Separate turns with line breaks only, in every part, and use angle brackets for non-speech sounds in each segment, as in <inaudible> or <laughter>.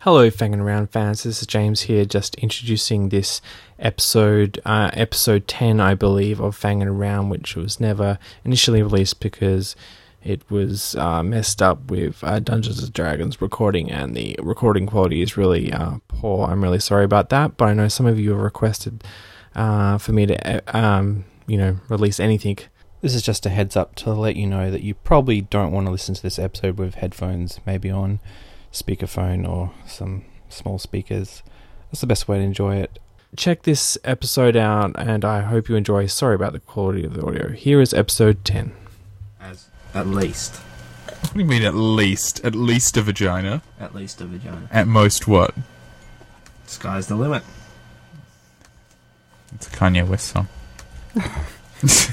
Hello, Fangin' Around fans. This is James here, just introducing this episode, uh, episode 10, I believe, of Fangin' Around, which was never initially released because it was uh, messed up with uh, Dungeons and Dragons recording, and the recording quality is really uh, poor. I'm really sorry about that, but I know some of you have requested uh, for me to, uh, um, you know, release anything. This is just a heads up to let you know that you probably don't want to listen to this episode with headphones, maybe on speakerphone or some small speakers. That's the best way to enjoy it. Check this episode out, and I hope you enjoy. Sorry about the quality of the audio. Here is episode 10.
As at least,
What do you mean at least? At least a vagina?
at least a vagina.
At most what?
Sky's the limit.
It's a Kanye West song.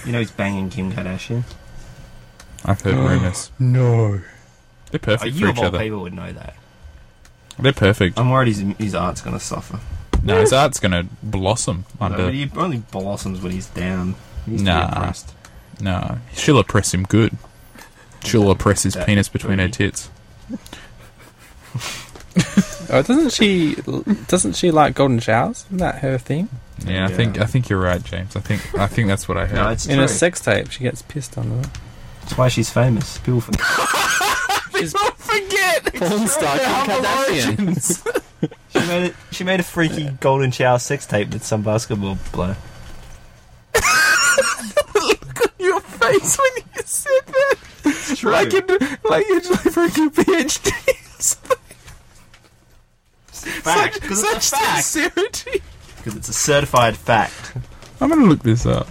You know he's banging Kim Kardashian.
I've
<gasps>
heard rumors.
No.
Oh,
They're perfect
you Oh.
for each
of all
other.
people would know that.
They're perfect.
I'm worried his, his art's gonna suffer.
No, his art's gonna blossom
No, but
under.
he only blossoms when he's down. He's
Nah.
depressed.
No, she'll oppress him good. She'll oppress his
That
penis between her
pretty.
tits.
Oh, doesn't she? Doesn't she like golden showers? Isn't that her thing?
Yeah, I
Yeah.
think I think you're right, James. I think I think that's what I heard.
No, it's
In
true.
a sex tape, she gets pissed on her.
That's why she's famous. People forget.
Porn star Kim Kardashian.
she made it. She made a freaky golden shower sex tape with some basketball player.
your face when you said that,
It's true.
like you're freaking PhD.
fact. Because it's a fact.
sincerity.
Because it's a certified fact.
I'm gonna look this up.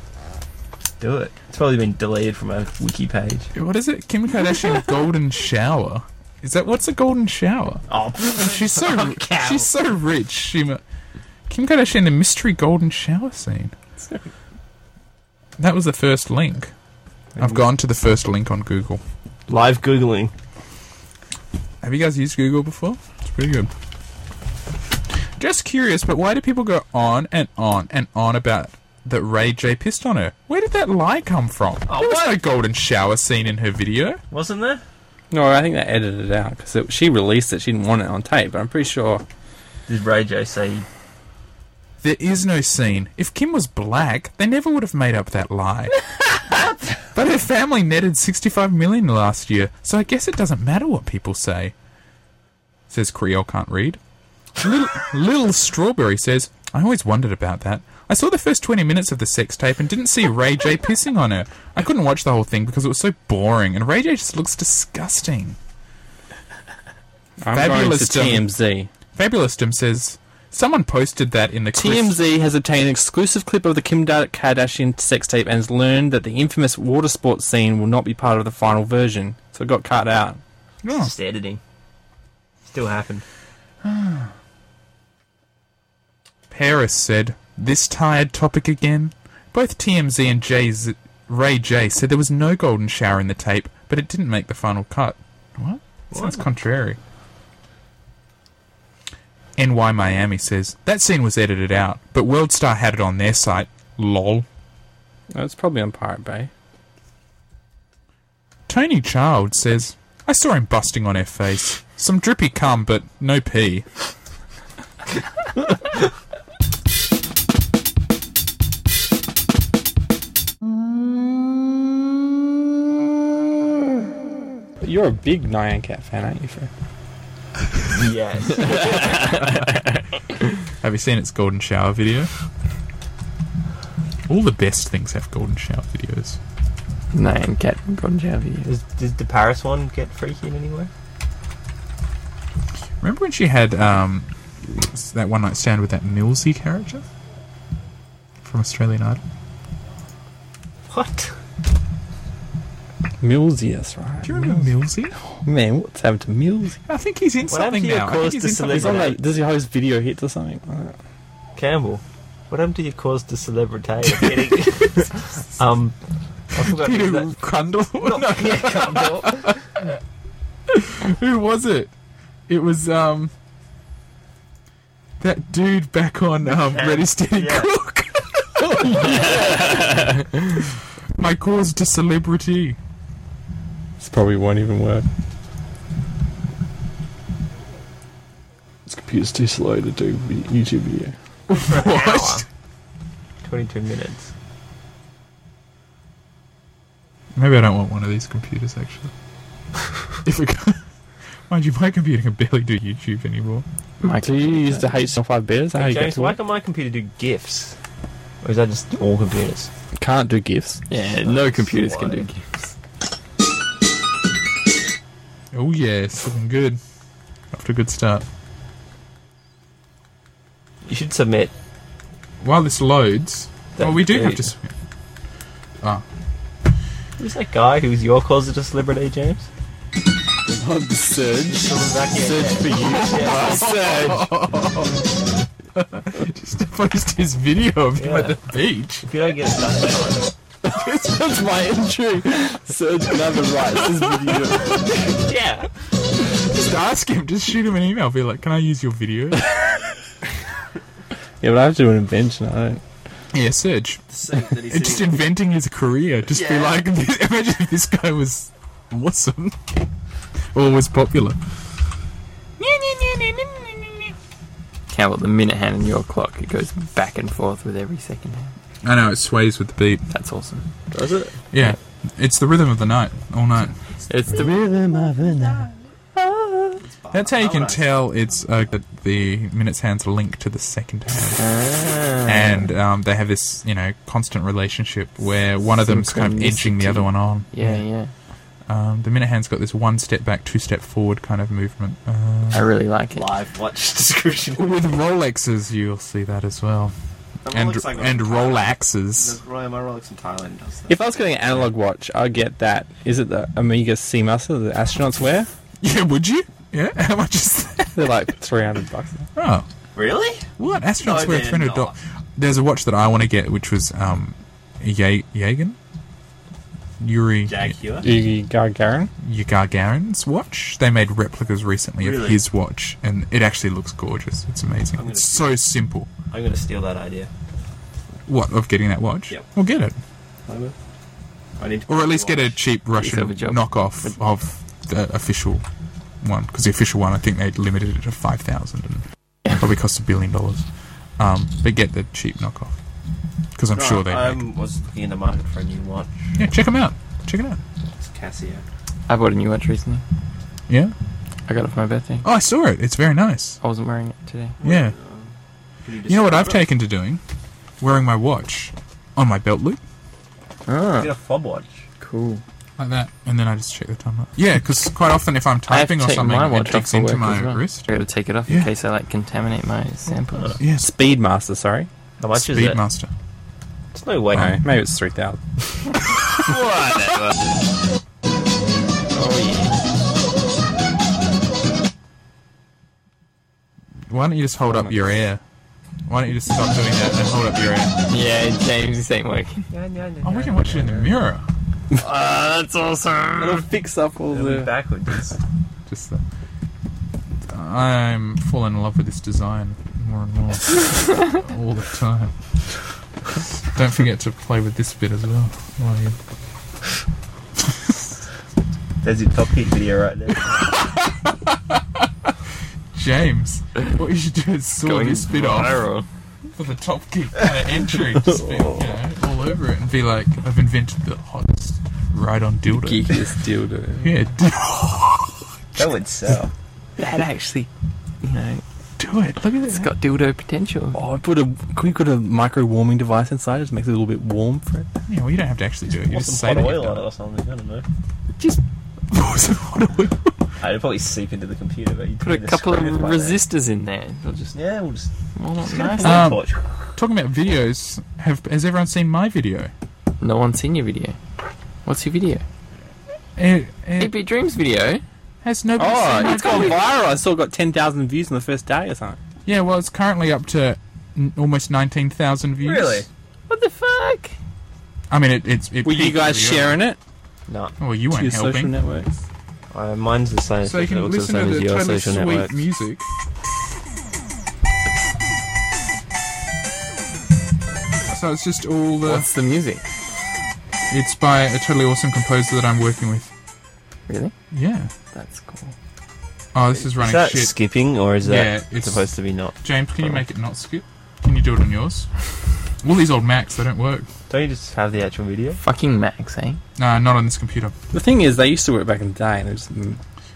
Do it. It's probably been deleted from a wiki page.
What is it? Kim Kardashian <laughs> golden shower. Is that what's a golden shower?
Oh,
She's so
Oh, cow.
she's so rich. She mu- Kim Kardashian the mystery golden
<laughs>
shower scene. That was the first link. I've gone to the first link on Google.
live googling.
Have you guys used Google before? It's pretty good. Just curious, but why do people go on and on and on about that Ray J pissed on her? Where did that lie come from?
Oh,
there was
what?
no golden shower scene in her video.
Wasn't there?
No, I think they edited it out because she released it. She didn't want it on tape, but I'm pretty sure.
Did Ray J say
There is no scene. If Kim was black, they never would have made up that lie. but her family netted 65 million last year, so I guess it doesn't matter what people say. Says Creole can't read. Little, Little Strawberry says, I always wondered about that. I saw the first 20 minutes of the sex tape and didn't see Ray J pissing on her. I couldn't watch the whole thing because it was so boring, and Ray J just looks disgusting.
I'm
Fabulous dumb.
going to TMZ.
Fabulousdom says, Someone posted that in the Chris-
TMZ has obtained an exclusive clip of the Kim Da- Kardashian sex tape and has learned that the infamous water sports scene will not be part of the final version, so it got cut out.
Oh.
Just editing. Still <laughs> happened.
Paris said, This tired topic again? Both TMZ and Jay's, Ray J said there was no golden shower in the tape, but it didn't make the final cut. What? Sounds contrary. NY Miami says, That scene was edited out, but WorldStar had it on their site. LOL.
Oh, it's probably on Pirate Bay.
Tony Child says, I saw him busting on her face. Some drippy cum, but no pee.
But you're a big Nyan Cat fan, aren't you, Fred?
Yes.
Have you seen its golden shower video? All the best things have golden shower videos.
Nine Cat Gone
does, does the Paris one get freaky in any way?
Remember when she had um, that one night stand with that Millsy character from Australian Idol?
What?
Millsy, that's right.
Do you remember Millsy?
Man, what's happened to Millsy?
I think he's in
What happened
something
to your
now. I
calls
think he's
to
in
He's
something.
on
celebrity?
that, does he host video hits or something?
Campbell, what happened to your cause to celebrity?
<laughs>
I'm kidding. um, I forgot who
Peter <laughs>
that.
Crundle? No,
Not Peter Campbell.
who was it? It was um that dude back on um,
Yeah.
Ready Steady
Yeah. <laughs>
Cook. <laughs> My cause to celebrity.
This probably won't even work. This computer's too slow to do vi- YouTube video.
What? 22 minutes.
Maybe I don't want one of these
<laughs>
computers actually. if it go- <laughs> mind you, my computer can barely do YouTube anymore.
Mike, do you use the HTML5 beta? Is that how
Hey,
you get
James,
to
why
work?
can my computer do GIFs? Or is that just all computers?
Can't do GIFs.
Yeah, no computers can do.
Oh yeah, it's looking good. After a good start.
You should submit.
While this loads,
that
well, we do
to
have
<laughs>
to. s-
Who's that guy who's your closet of celebrity, James?
Surge.
Back
for you. Surge.
<laughs> Just post his video of him
Yeah.
at the beach.
If you don't get it done,
That's my entry. Surge never writes this video.
yeah.
Just ask him. Just shoot him an email. Be like, "Can I use
<laughs>
your video?"
Yeah, but I have to do an invention. I don't.
yeah, Serge. And just inventing his career. Just be like, <laughs> imagine if this guy was awesome or was popular.
Count with the minute hand and your clock. It goes back and forth with every second hand.
I know it sways with the beat.
That's awesome.
Does it?
Yeah, it's the rhythm of the night, all night.
It's the
That's how you can tell it's uh, that the minutes hands link to the second hand, and um, they have this you know constant relationship where one of them's kind of edging the other one on.
yeah, yeah.
Um, the minute hand's got this one step back, two step forward kind of movement.
I
Uh,
really like it.
Live watch description.
with Rolexes, you'll see that as well, and and Rolexes.
Roy, my Rolex in Thailand does that.
If I was getting an analog watch, I'd get that. Is it the Amiga Seamaster that the astronauts wear?
<laughs> Yeah, would you? Yeah, <laughs> how much is that?
They're like 300 bucks.
Oh,
really?
what astronauts
No,
wear
they're
three hundred
not.
dollars? There's a watch that I want to get, which was um, Ye- Jagan, Yuri
Jag Hewer?
Yugi
uh,
Gagarin?
Yuri Gagarin's watch. They made replicas recently of
Really?
his watch, and it actually looks gorgeous. It's amazing.
I'm gonna-
It's so simple.
I'm gonna steal that idea.
What of getting that watch?
Yep.
We'll get it,
I will. I need to
or at least get a cheap Russian
yourself a job.
knockoff of the official one, because the official one I think they limited it to five thousand and probably cost a billion dollars. Um, but get the cheap knockoff, because I'm
Right, um,
sure they. make
I
um,
was looking in the market for a new watch.
Yeah, check them out. Check it out.
It's Casio.
I bought a new watch recently.
Yeah.
I got it for my birthday.
Oh, I saw it. It's very nice.
I wasn't wearing it today.
Yeah.
Can
You know what I've
describe
taken to doing? Wearing my watch on my belt loop
it?
Ah,
Get a fob watch.
Cool.
like that, and then I just check the time. up. Yeah, because quite often if I'm
I have to
typing or
take
something,
my
it
watch
digs
off for work
into
as
my
well.
wrist.
I got to take it off
Yeah.
in case I like contaminate my
<laughs>
samples.
Yes.
Speedmaster, sorry.
How much is it?
Speedmaster.
There's no way.
No, maybe it's 3,000.
<laughs>
Why don't you just hold up your air? Why don't you just stop doing that and hold up your air?
Yeah, James, this ain't <laughs> working.
Oh, we can watch it in the mirror.
Ah, that's awesome.
It'll fix up all
It'll be
the.
backwards.
Just that. I'm falling in love with this design more and <laughs> more all the time. Don't forget to play with this bit as well. while you-
There's your top hit video right there.
James, what you should do is saw
Going
this bit off
viral.
for the top kick kind of entry, just be, you know, all over it, and be like, "I've invented the hottest ride-on dildo."
Geekiest dildo.
Yeah, <laughs> do,
That
<laughs>
would sell.
That actually, you know,
do it. Look at
it's
this.
got dildo potential.
Oh, I put a. Could we put a micro warming device inside? Just makes it a little bit warm for it.
Yeah, well, you don't have to actually do it. You
Put
just
some
say
hot
that
oil on
you've
it
done
or something. I don't know.
it. <laughs> Pour some hot oil.
Uh, It'll probably seep into the computer, but you
Put a couple of resistors in there. It'll just,
Yeah, we'll just.
why not
Nice.
nice?
Um,
torch.
Talking about videos, have has everyone seen my video?
No one's seen your video. What's your video?
It, it
EP Dreams video.
has nobody
Oh,
seen my
<laughs> it's gone
video?
viral. I still got 10,000 views in the first day or something.
Yeah, well, it's currently up to n- almost nineteen thousand views.
Really?
What the fuck?
I mean, it, it's it
Were you
peaked
guys
really early.
sharing it
No,
Oh, well, you
to your
weren't
social
helping.
networks?
uh, mine's the same.
so you can
it looks
listen
the
to
same
the
as your
totally
social
sweet
network.
music. So it's just all the.
What's the music?
It's by a totally awesome composer that I'm working with.
Really?
Yeah,
That's cool.
Oh, this is running
Is that
shit.
skipping or is
Yeah,
that
it's-
supposed to be not?
James, can you make it not skip? Can you do it on yours? All these old Macs, they don't work.
Don't you just have the actual <laughs> video?
Fucking Max, eh?
No, not on this computer.
The thing is, they used to work back in the day, and it was mm,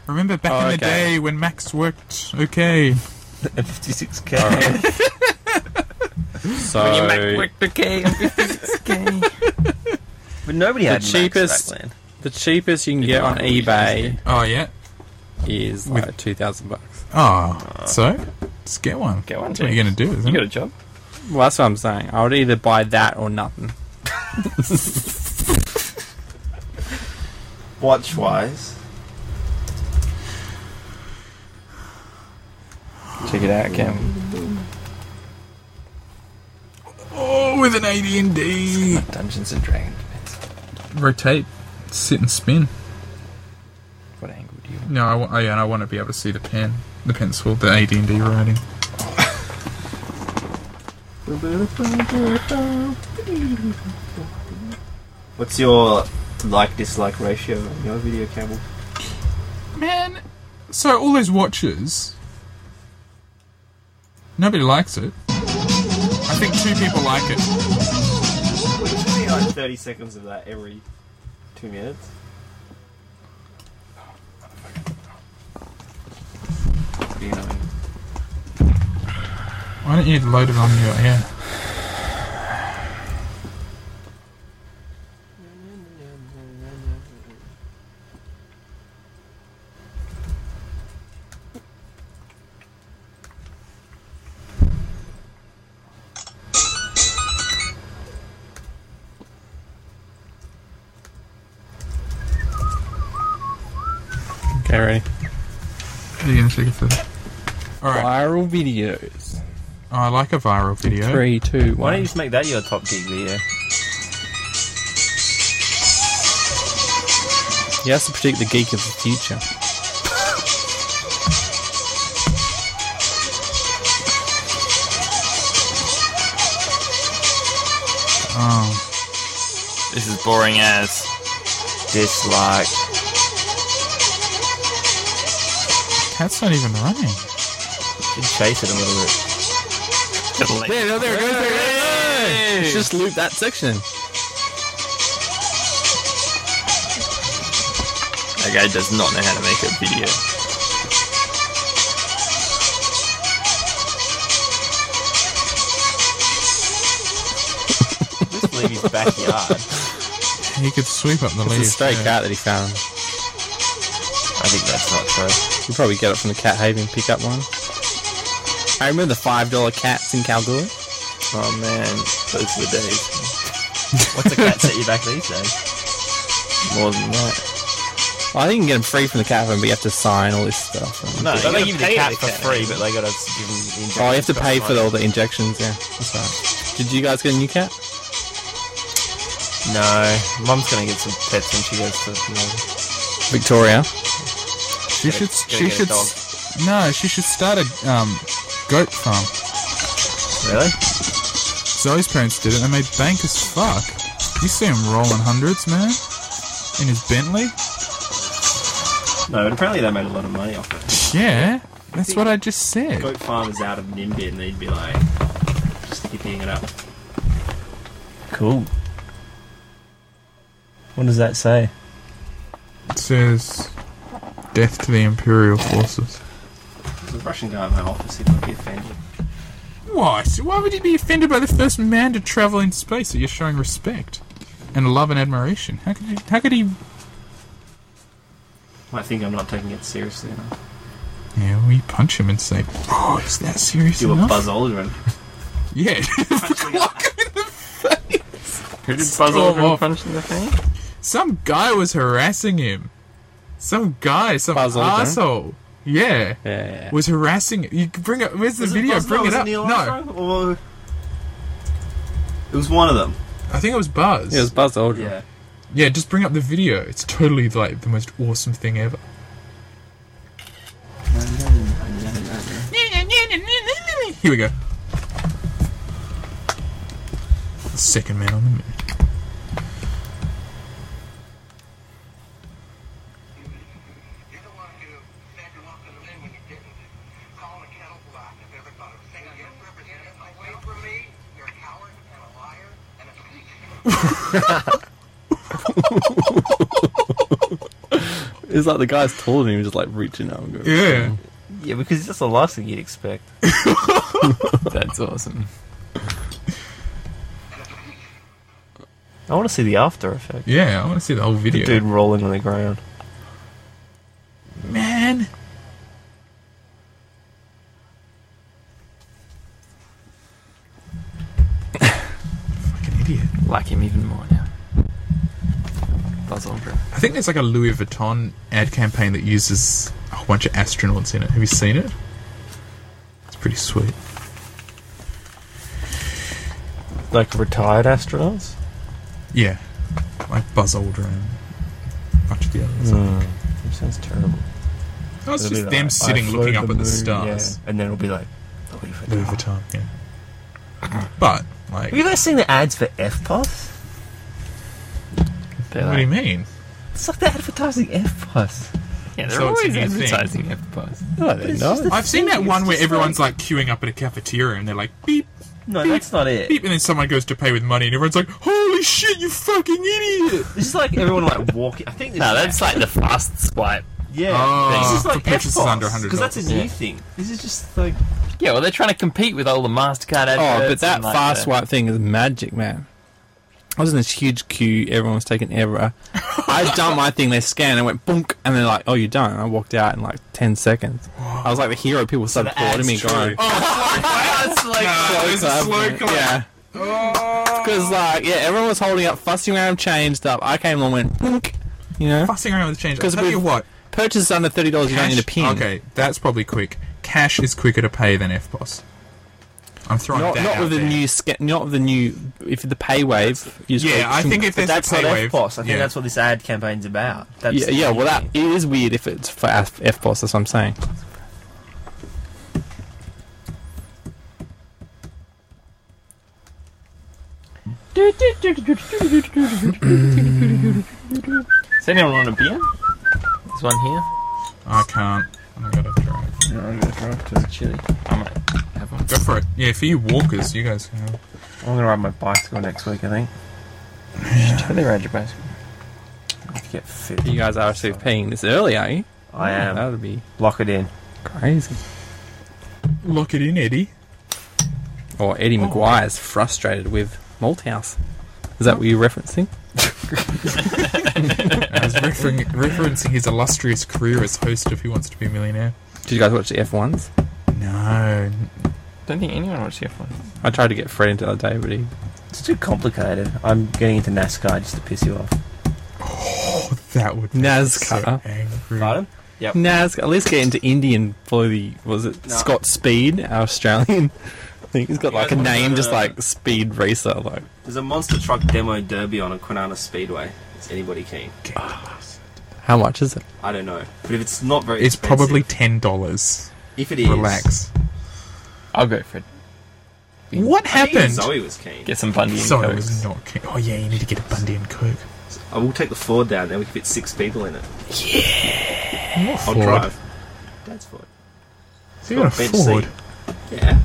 Remember back
Oh,
in the
okay.
day when Macs worked okay?
56k.
so
okay, okay.
But nobody
The
had Macs
cheapest-
back then.
<laughs> the cheapest you can get on eBay
Oh, yeah?
is like two thousand bucks.
Oh, so? Just get one.
Get one,
That's what you're going to do, isn't
You got
it?
a job?
Well, that's what I'm saying. I would either buy that or nothing.
Watch wise.
Check it out, Cam.
Oh, with an AD&D.
Dungeons and Dragons. Depends.
Rotate, sit and spin.
What angle do you want?
No, I, wa- I, and I want to be able to see the pen, the pencil, the AD&D writing.
What's your like dislike ratio on your video, Campbell?
Man, so all those watches, nobody likes it. I think two people like it.
Would it be like 30 seconds of that every two minutes?
Pretty annoying.
Why don't you load it on your yeah?
Okay, ready?
Are you gonna take it for? All right.
Viral videos.
Oh, I like a viral video.
Three, two,
Why don't you
one.
just make that your top gig video?
He has to predict the geek of the future.
Oh,
This is boring as.
Dislike.
that's not even running.
Just chase it a little bit.
Yeah, no, there it goes. There it goes. Just loop that section.
That guy does not know how to make a video.
Just leave his backyard.
He could sweep up the
It's a
leaves.
stray
yeah.
cat that he found.
I think that's not true.
You probably get it from the Cat Haven pickup one. I remember the five dollar cats in Kalgoorlie.
Oh man, those were days.
What's a cat set you back these days?
More than that.
Well, I think you can get them free from the Cat Haven, but you have to sign all this stuff.
No,
gotta
they give you
pay
the cat
the
for
cat.
free, but they gotta give him injections.
Oh, you have to pay for
money.
all the injections. Yeah, that's right. Did you guys get a new cat?
No, Mum's gonna get some pets when she goes to. You
Victoria.
She should.
Gotta
She
get a
should. s- No, she should start a um, goat farm.
Really?
Zoe's parents did it. They made bank as fuck. You see him rolling hundreds, man, in his Bentley.
No, but apparently they made a lot of money off it.
Yeah, that's what I just said.
Goat farmers out of Nimbin, they'd be like, just hippying it up.
Cool. What does that say?
It says, "Death to the Imperial forces."
There's a Russian guy in my office, he might be offended.
What? Why would you be offended by the first man to travel in space that you're showing respect and love and admiration? How could you? How could he?
Might think I'm not taking it seriously enough.
Yeah, we punch him and say, "Oh, is that serious
Do a
enough?"
Buzz Aldrin.
Yeah, <laughs>
Who did Buzz
Scroll
Aldrin
off.
punch in the face?
some guy was harassing him. Some guy, some
Buzz Aldrin?
asshole. Yeah.
Yeah.
Was harassing you. Bring up. Where's the video? Bring it up. No,
Or... It was one of them.
I think it was Buzz.
It was Buzz Aldrin.
Yeah.
Yeah, just bring up the video. It's totally like the most awesome thing ever. Here we go. Second man on the moon.
You're the one who said to walk to the moon.
It's like the guy's taller than him, just like reaching out and going.
Yeah.
Yeah, because it's just the last thing you'd expect.
That's awesome.
I want to see the after effect.
Yeah, I want to see the whole video.
Dude rolling on the ground.
man. <laughs> Fucking idiot.
Like him even more now. Buzz Aldrin.
I think there's like a Louis Vuitton ad campaign that uses a whole bunch of astronauts in it. Have you seen it? It's pretty sweet.
Like retired astronauts?
Yeah. Like Buzz Aldrin and a bunch of the others.
That sounds terrible.
Oh,
Mm.
it's
It'll
just
be
them
like, I
sitting
flew
looking
to
up at the
moon,
stars.
yeah, And then it'll be like, "Oh, Louis Vuitton.
Louis Vuitton, yeah. But, like,
Have you guys seen the ads for FPOS?
They're
what do you
like,
mean?
It's like they're advertising FPOS.
yeah, they're
So it's a
always
new thing.
advertising F-Buzz.
No, they know.
I've seen that
It's
one where
just
everyone's like queuing up at a cafeteria and they're like, beep,
No, that's not it.
beep, and then someone goes to pay with money and everyone's like, holy shit, you fucking idiot!
It's just like everyone like walking. I think this
No, that's like the fast swipe.
yeah.
Oh,
this is
for
like
purchases
FPOS,
under $100.
because that's a new
Yeah.
thing. This is just like
Yeah, well, they're trying to compete with all the Mastercard adverts.
Oh, but that
and, like,
fast
the-
swipe thing is magic, man. I was in this huge queue. Everyone was taking
<laughs>
Evra. I done my thing. They scanned and went boonk, and they're like, "Oh, you done." And I walked out in like ten seconds. I was like the hero. People started
the ad's
applauding me,
true.
<laughs>
going,
It's like
Nah, it was a
"Close
slow Oh.
up."
clap.
Yeah, because like yeah, everyone was holding up, fussing around, changed up. I came along, and went boonk, you know.
Fussing around with change. I'll
'Cause
tell
with
you what,
Purchases under thirty dollars. You don't
cash-
need a pin.
Okay, that's probably quick. Cash is quicker to pay than FBOS. I'm throwing
Not,
that
not
out
with the
there.
new sca- not with the new if the pay wave. you just
Yeah,
go
I think
boonk.
if there's
that's
a
not
pay wave,
FPOS. I think
yeah.
that's what this ad campaign's about. That's
Yeah,
the
yeah.
new
Well, that
thing.
it is weird if it's for F F boss. That's what I'm saying.
Does anyone want a beer? There's one here.
I can't. I'm gonna drive.
Because it's chilly. I might have one.
Go for it. Yeah, for you walkers, you guys can have.
I'm gonna ride my bicycle next week. I think. You should totally ride your bicycle. I have to get fit.
You guys are actually paying this early, are you?
I
That
am.
would be
Lock it in.
crazy.
Lock it in, Eddie.
Or Eddie McGuire's frustrated with Malthouse. Is that what you're referencing?
I was
<laughs>
referen- referencing his illustrious career as host of Who Wants to Be a Millionaire.
Did you guys watch the F1s?
No,
Don't think anyone watched the F1.
I tried to get Fred into the other day, but he.
It's too complicated. I'm getting into NASCAR just to piss you off.
that would be
NASCAR.
So angry.
Yep.
Nah, let's, let's get into Indy and follow the. Was it
No.
Scott Speed, our Australian? <laughs> I think he's got like a
guys wanna
name,
go
just
to-
like Speed Racer. Like,
There's a monster truck demo derby on a Quinana Speedway. Is anybody keen?
how much is it?
I don't know, but if it's not very,
It's
expensive-
probably ten dollars.
if it is.
Relax.
I'll go for it.
What
I think
happened?
Zoe was keen.
Get some Bundy and
Sorry, I
Cokes.
was not keen. Oh yeah, you need to get a Bundy and Coke.
I will Oh, take the Ford down there. We can fit six people in it.
What
I'll
Ford?
drive. Dad's Ford.
So you got
Got
a
bench seat.
Ford.
Yeah,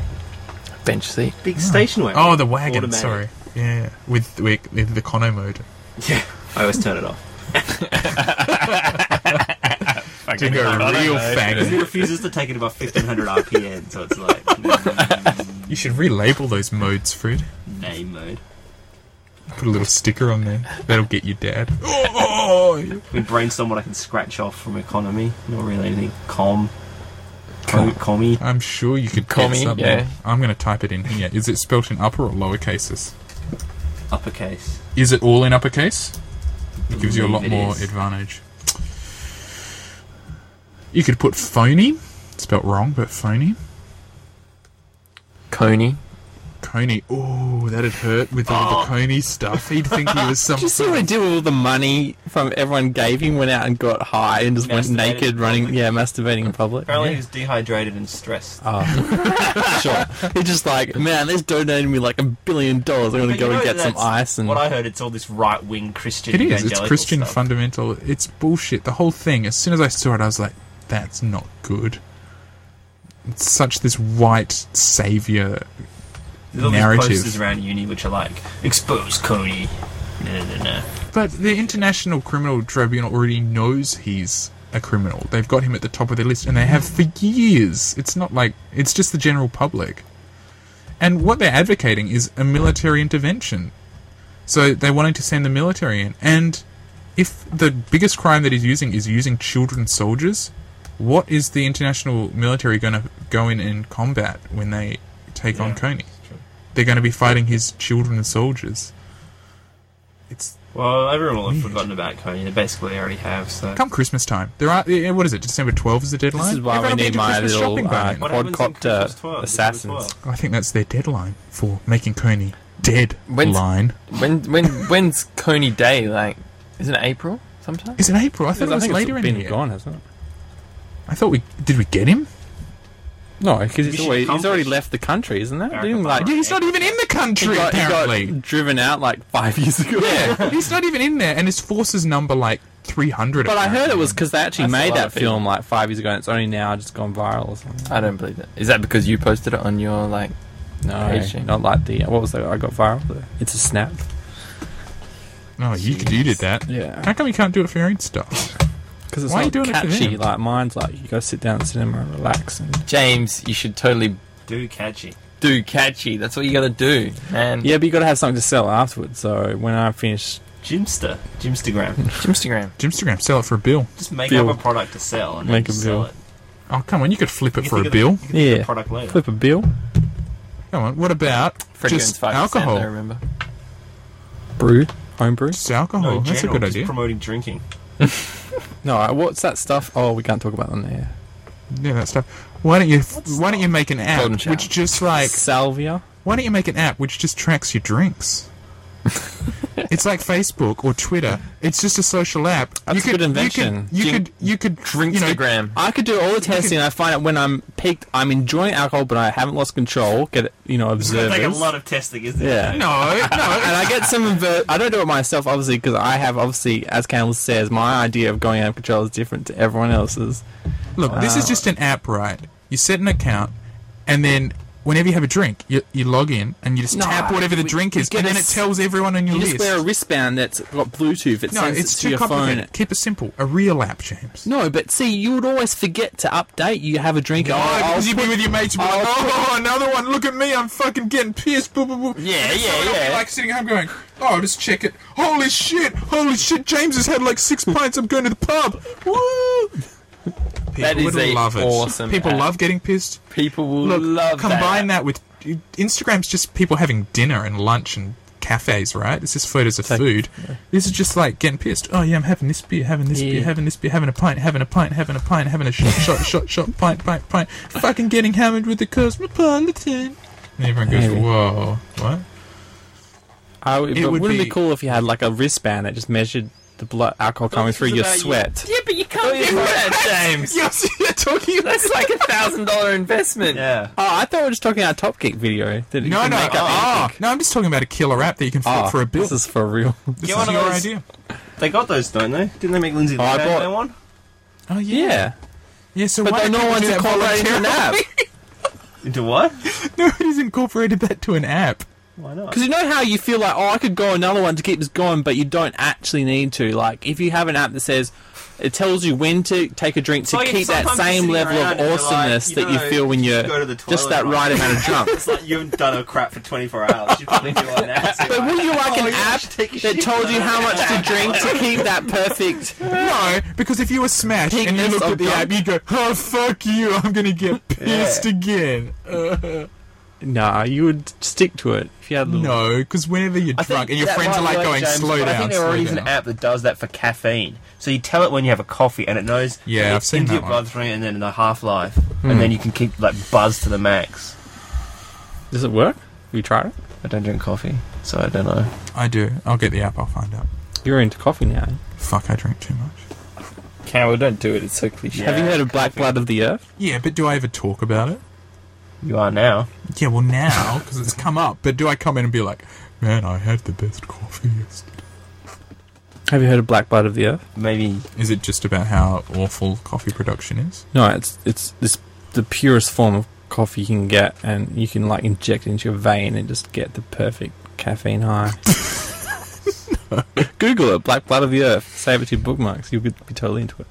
Bench seat.
big station wagon.
Oh, the wagon.
Automatic.
Sorry. Yeah, with, with with the Cono mode.
Yeah, I always turn it off.
To go <laughs> real
He
faggot.
refuses to take it above 1500 RPM, so it's like
You should relabel those modes, Fred.
name mode.
Put a little sticker on there. That'll get you dad. Oh,
We brainstorm what I can scratch off from economy. Not really anything. Com. Com. Commie.
I'm sure you could
Call
get
me,
something.
yeah.
I'm going to type it in here. Is it spelt in upper or lower cases?
Uppercase.
Is it all in uppercase? It gives you a lot
It
more
is.
advantage. You could put phony, spelt wrong, but phony.
Coney.
Coney. Oh, that'd hurt with all
Oh.
the Coney stuff. He'd think he
<laughs>
was some.
Did you see what he did with all the money from everyone gave him? Went out and got high and just went
Masturbated
naked,
in
running,
public.
yeah, masturbating in public.
Apparently he was dehydrated and stressed.
Uh,
<laughs>
sure. He's just like, man, this donated me like a billion dollars. I'm gonna
But you
go and
know
get some
that's
ice and
What I heard, it's all this right-wing Christian
It is. It's
evangelical
Christian
stuff.
fundamental. It's bullshit. The whole thing. As soon as I saw it, I was like, "That's not good." It's such this white savior.
There's all
narrative.
these posters around uni which are like, expose Coney, No, no, no, no.
But the International Criminal Tribunal already knows he's a criminal. They've got him at the top of their list, and they have for years. It's not like it's just the general public. And what they're advocating is a military intervention. So they're wanting to send the military in. And if the biggest crime that he's using is using children soldiers, what is the international military going to go in and combat when they take on
Yeah.
Coney?
It's true.
They're going to be fighting his children soldiers. It's
Well, everyone will have forgotten about Coney. They basically already have, so.
Come Christmas time, there are yeah, what is it? December twelfth is the deadline.
This is why
Everyone
we need
will be into
my
Christmas
little
shopping by
uh,
then.
What happens in Christmas 12?
quadcopter
Is it
assassins.
12?
I think that's their deadline for making Coney dead.
When's-
line
When when when's Coney Day? Like, isn't it April sometime?
is it April? I thought it
I
was
think
later
it's
in
been
the year.
gone, hasn't it?
I thought we did we get him?
No, because
We
he's
should
already, he's already
accomplish
left the country, isn't that?
Barack
Didn't,
Obama.
like,
Yeah, he's not even in the country
he got, he got
apparently.
driven out like five years ago. <laughs>
yeah, he's not even in there, and his forces number like three hundred.
But I heard it was because they actually
That's a
made
lot
that
of people.
film like five years ago, and it's only now just gone viral or something.
I don't believe that. Is that because you posted it on your like?
No,
Paging.
not like the what was that? I got viral. The, it's a snap.
Oh, you could- you did that.
Yeah,
How come you can't do it for your own stuff?
because it's
Why are you
not
doing it for
catchy.
them?
Like mine's like you got to sit down in the cinema and relax. And
James, you should totally
Do catchy.
do catchy. That's what you gotta do, man.
yeah, but you got to have something to sell afterwards. So when I finish,
Jimster.
<laughs>
Jimstagram.
Instagram.
Jimstagram, sell it for a bill.
Just make
Bill.
up a product to sell and
Make
then
a
sell
bill.
it.
Oh come on, you could flip it
You
for
think
a
of the-
bill.
you can think of the
Yeah.
product later.
flip a bill.
Come on, what about
Freddie
just
five
alcohol?
I remember.
Brew, home brew.
Just alcohol.
No, in
Oh, That's a
general,
good
just
idea.
promoting drinking.
No, I- what's that stuff? Oh, we can't talk about that on air.
yeah, that stuff. Why don't you Why don't you make an app
Golden Shower.
which just like
Salvia.
Why don't you make an app which just tracks your
<laughs>
drinks? it's like Facebook or Twitter. It's just a social app.
That's
you
a
could,
good invention.
You
Drink-
could you could, you could you know,
Instagram.
I could do all the testing. I find out when I'm peaked, I'm enjoying alcohol, but I haven't lost control. Get it, you know,
It's
observers.
like a lot of testing, isn't
Yeah.
it?
no, no.
<laughs> and I get some of the. I don't do it myself, obviously, because I have, obviously, as Campbell says, my idea of going out of control is different to everyone else's.
Look, this is just an app, right? You set an account, and then whenever you have a drink, you, you log in and you just
No,
tap whatever the
we-
drink
we
is,
get
and
a
then it
s-
tells everyone on your
You
list.
just wear a wristband that's got Bluetooth. It
no,
sends
it's
it to
too
your phone.
complicated. Keep it simple. A real app, James.
No, but see, you would always forget to update. You have a drink.
Oh,
oh, I'll <laughs>
because you'd be
put-
with your mates. and be Like,
I'll
oh, <laughs> another one. Look at me. I'm fucking getting pissed. Boo, boo, boo.
Yeah,
And
yeah,
someone will be
yeah.
Like sitting at home going, oh, I'll just check it. Holy shit! Holy shit! James has had like six pints. I'm going to the pub. Woo! People
That is
would
a
love it.
awesome
People
app.
love getting pissed.
People will
Look,
love
combine
that.
that. with Instagram's just people having dinner and lunch and cafes, right? It's just photos of food. This is just like getting pissed. Oh yeah, I'm having this beer, having this beer, having this beer, having a pint, having a pint, having a pint, having a shot, shot, shot, shot, pint, pint, pint. Fucking getting hammered with the cosmopolitan. And everyone goes,
Maybe.
whoa, what?
I would,
It
but
would
wouldn't it
be-
be cool if you had like a wristband that just measured the blood alcohol coming through your sweat?
Yeah, but you can't do that, James.
Yes, you're talking about.
That's like a thousand dollar investment.
Yeah.
Oh, I thought we were just talking about Top Geek video. That you
No,
can
no,
make up
oh,
anything.
no. I'm just talking about a killer app that you can flip
Oh,
for a bill.
uh, This is for real.
This
Get
is
one of
your
those-
idea.
They got those, don't they? Didn't they make Lindsay
Oh, I
Lohan
bought-
that one?
Oh yeah,
<laughs> yeah.
yeah. So
But
why
then
do
no
people
one's
do that
incorporating an app.
<laughs>
<laughs>
voluntarily?
Into what?
Nobody's incorporated that to an app.
Why not?
Because you know how you feel like, oh, I could go another one to keep this going, but you don't actually need to. Like, if you have an app that says it tells you when to take a drink to
Oh, like
keep that
sometimes you're
same
sitting
level
around
of
and you're
awesomeness
like, you
that you
know,
feel when
you
you're
should go to the
just that
toilet,
right
right?
amount of drunk.
<laughs> It's like you've done a crap for 24 hours. You probably do one now. so
But
you're
would you like
"Oh,
an
you
app
should take a
that
shit
told you
tonight."
how much to drink to keep that perfect?
No, because if you were smashed and you
Pinkness
looked
of
at the
the-
app, you'd go, oh, fuck you, I'm going
<laughs>
to get pissed again. Uh,
Nah, you would stick to it if you had. Little...
no, because whenever you're
I think
drunk and your
that might
friends are like
work,
going,
James,
slow
but
down,
I think there
slow
already is
down.
an app that does that for caffeine. So you tell it when you have a coffee, and it knows
Yeah, I've
it's
seen
into
that
your
one. Hmm.
bloodstream, and then the half life, and then you can keep like buzz to the max.
Does it work? Have you tried it?
I don't drink coffee, so I don't know.
I do. I'll get the app, I'll find out.
You're into coffee now.
Fuck, I drink too much.
Campbell, don't do it. It's so cliche.
Have you heard of Black Blood of the Earth?
Yeah, but do I ever talk about it?
You are now.
Yeah,
<laughs>
well, now, because it's come up, but do I come in and be like, man, I had the best coffee yesterday?
Have you heard of Black Blood of the Earth?
Maybe
Is it just about how awful coffee production is?
No, it's it's this the purest form of coffee you can get, and you <laughs> can like inject it into your vein and just get the perfect caffeine high. Google it, Black Blood of the Earth. Save it to your bookmarks. You'll be, be totally into it.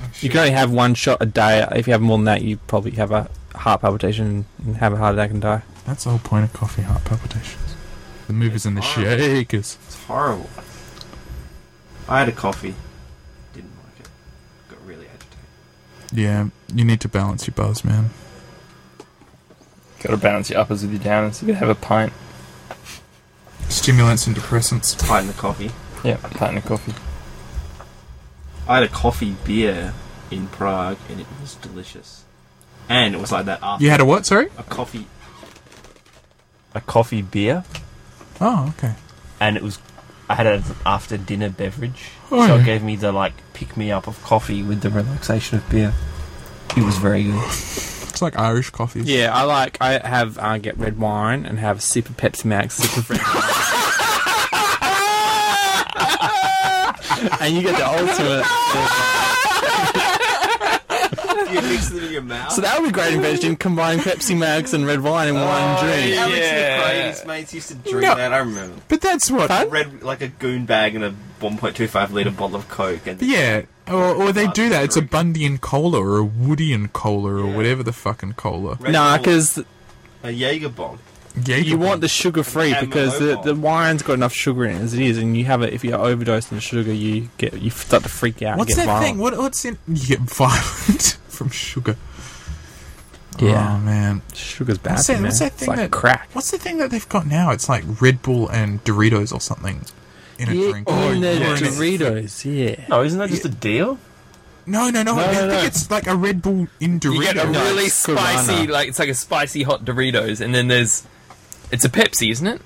Oh,
You can only have one shot a day. If you have more than that, you probably have a heart palpitation and have a heart attack and die.
That's the whole point of coffee heart palpitations. The movers and the shakers.
It's horrible. I had a coffee. Didn't like it. Got really agitated.
Yeah, you need to balance your buzz, man.
Got to balance your uppers with your downers. You got to have a pint.
Stimulants and depressants.
Tighten the coffee.
Yeah, a pint of coffee.
I had a coffee beer in Prague and it was delicious. And it was like that after
You had a what? Sorry.
a coffee.
A coffee beer,
Oh, okay.
and it was. I had it as an after dinner beverage,
Oh,
so
yeah.
it gave me the like pick me up of coffee with the relaxation of beer. It was very good.
It's like Irish coffees.
Yeah, I like. I have. I get red wine and have a sip of Pepsi Max, sip of French. fries. and you get the ultimate.
<laughs> you mix them in your mouth.
So that would be a great invention. Combine Pepsi Max and red wine in one
Oh,
drink.
Alex
Yeah.
McRae and his mates used to drink
No.
that. I remember.
But that's what.
Red like a goon bag and a 1.25 liter bottle of Coke and
Yeah. Or, or they do that. It's a Bundian cola or a Woodian cola or whatever the fucking cola.
Red
Nah,
Bull,
because
a Jaeger bomb.
Yeah,
you want the sugar free
And
because the,
Malbon.
the wine's got enough sugar in it as it is, and you have it. If you overdose on sugar, you get you start to freak out.
What's
and
that
get violent.
thing? What, what's in? You get violent <laughs> from sugar.
Yeah.
Oh man.
Sugar's bad.
What's
for
that,
you,
what's
man.
that
It's
thing
like
that
crack.
What's the thing that they've got now? It's like Red Bull and Doritos or something in a drink.
in the
yeah.
Doritos, yeah.
No, isn't that just a deal?
No, no, no. I
no,
think
no.
it's like a Red Bull in Doritos.
You get a
No,
really
it's
spicy,
Corona.
like it's like a spicy hot Doritos, and then there's it's a Pepsi, isn't it?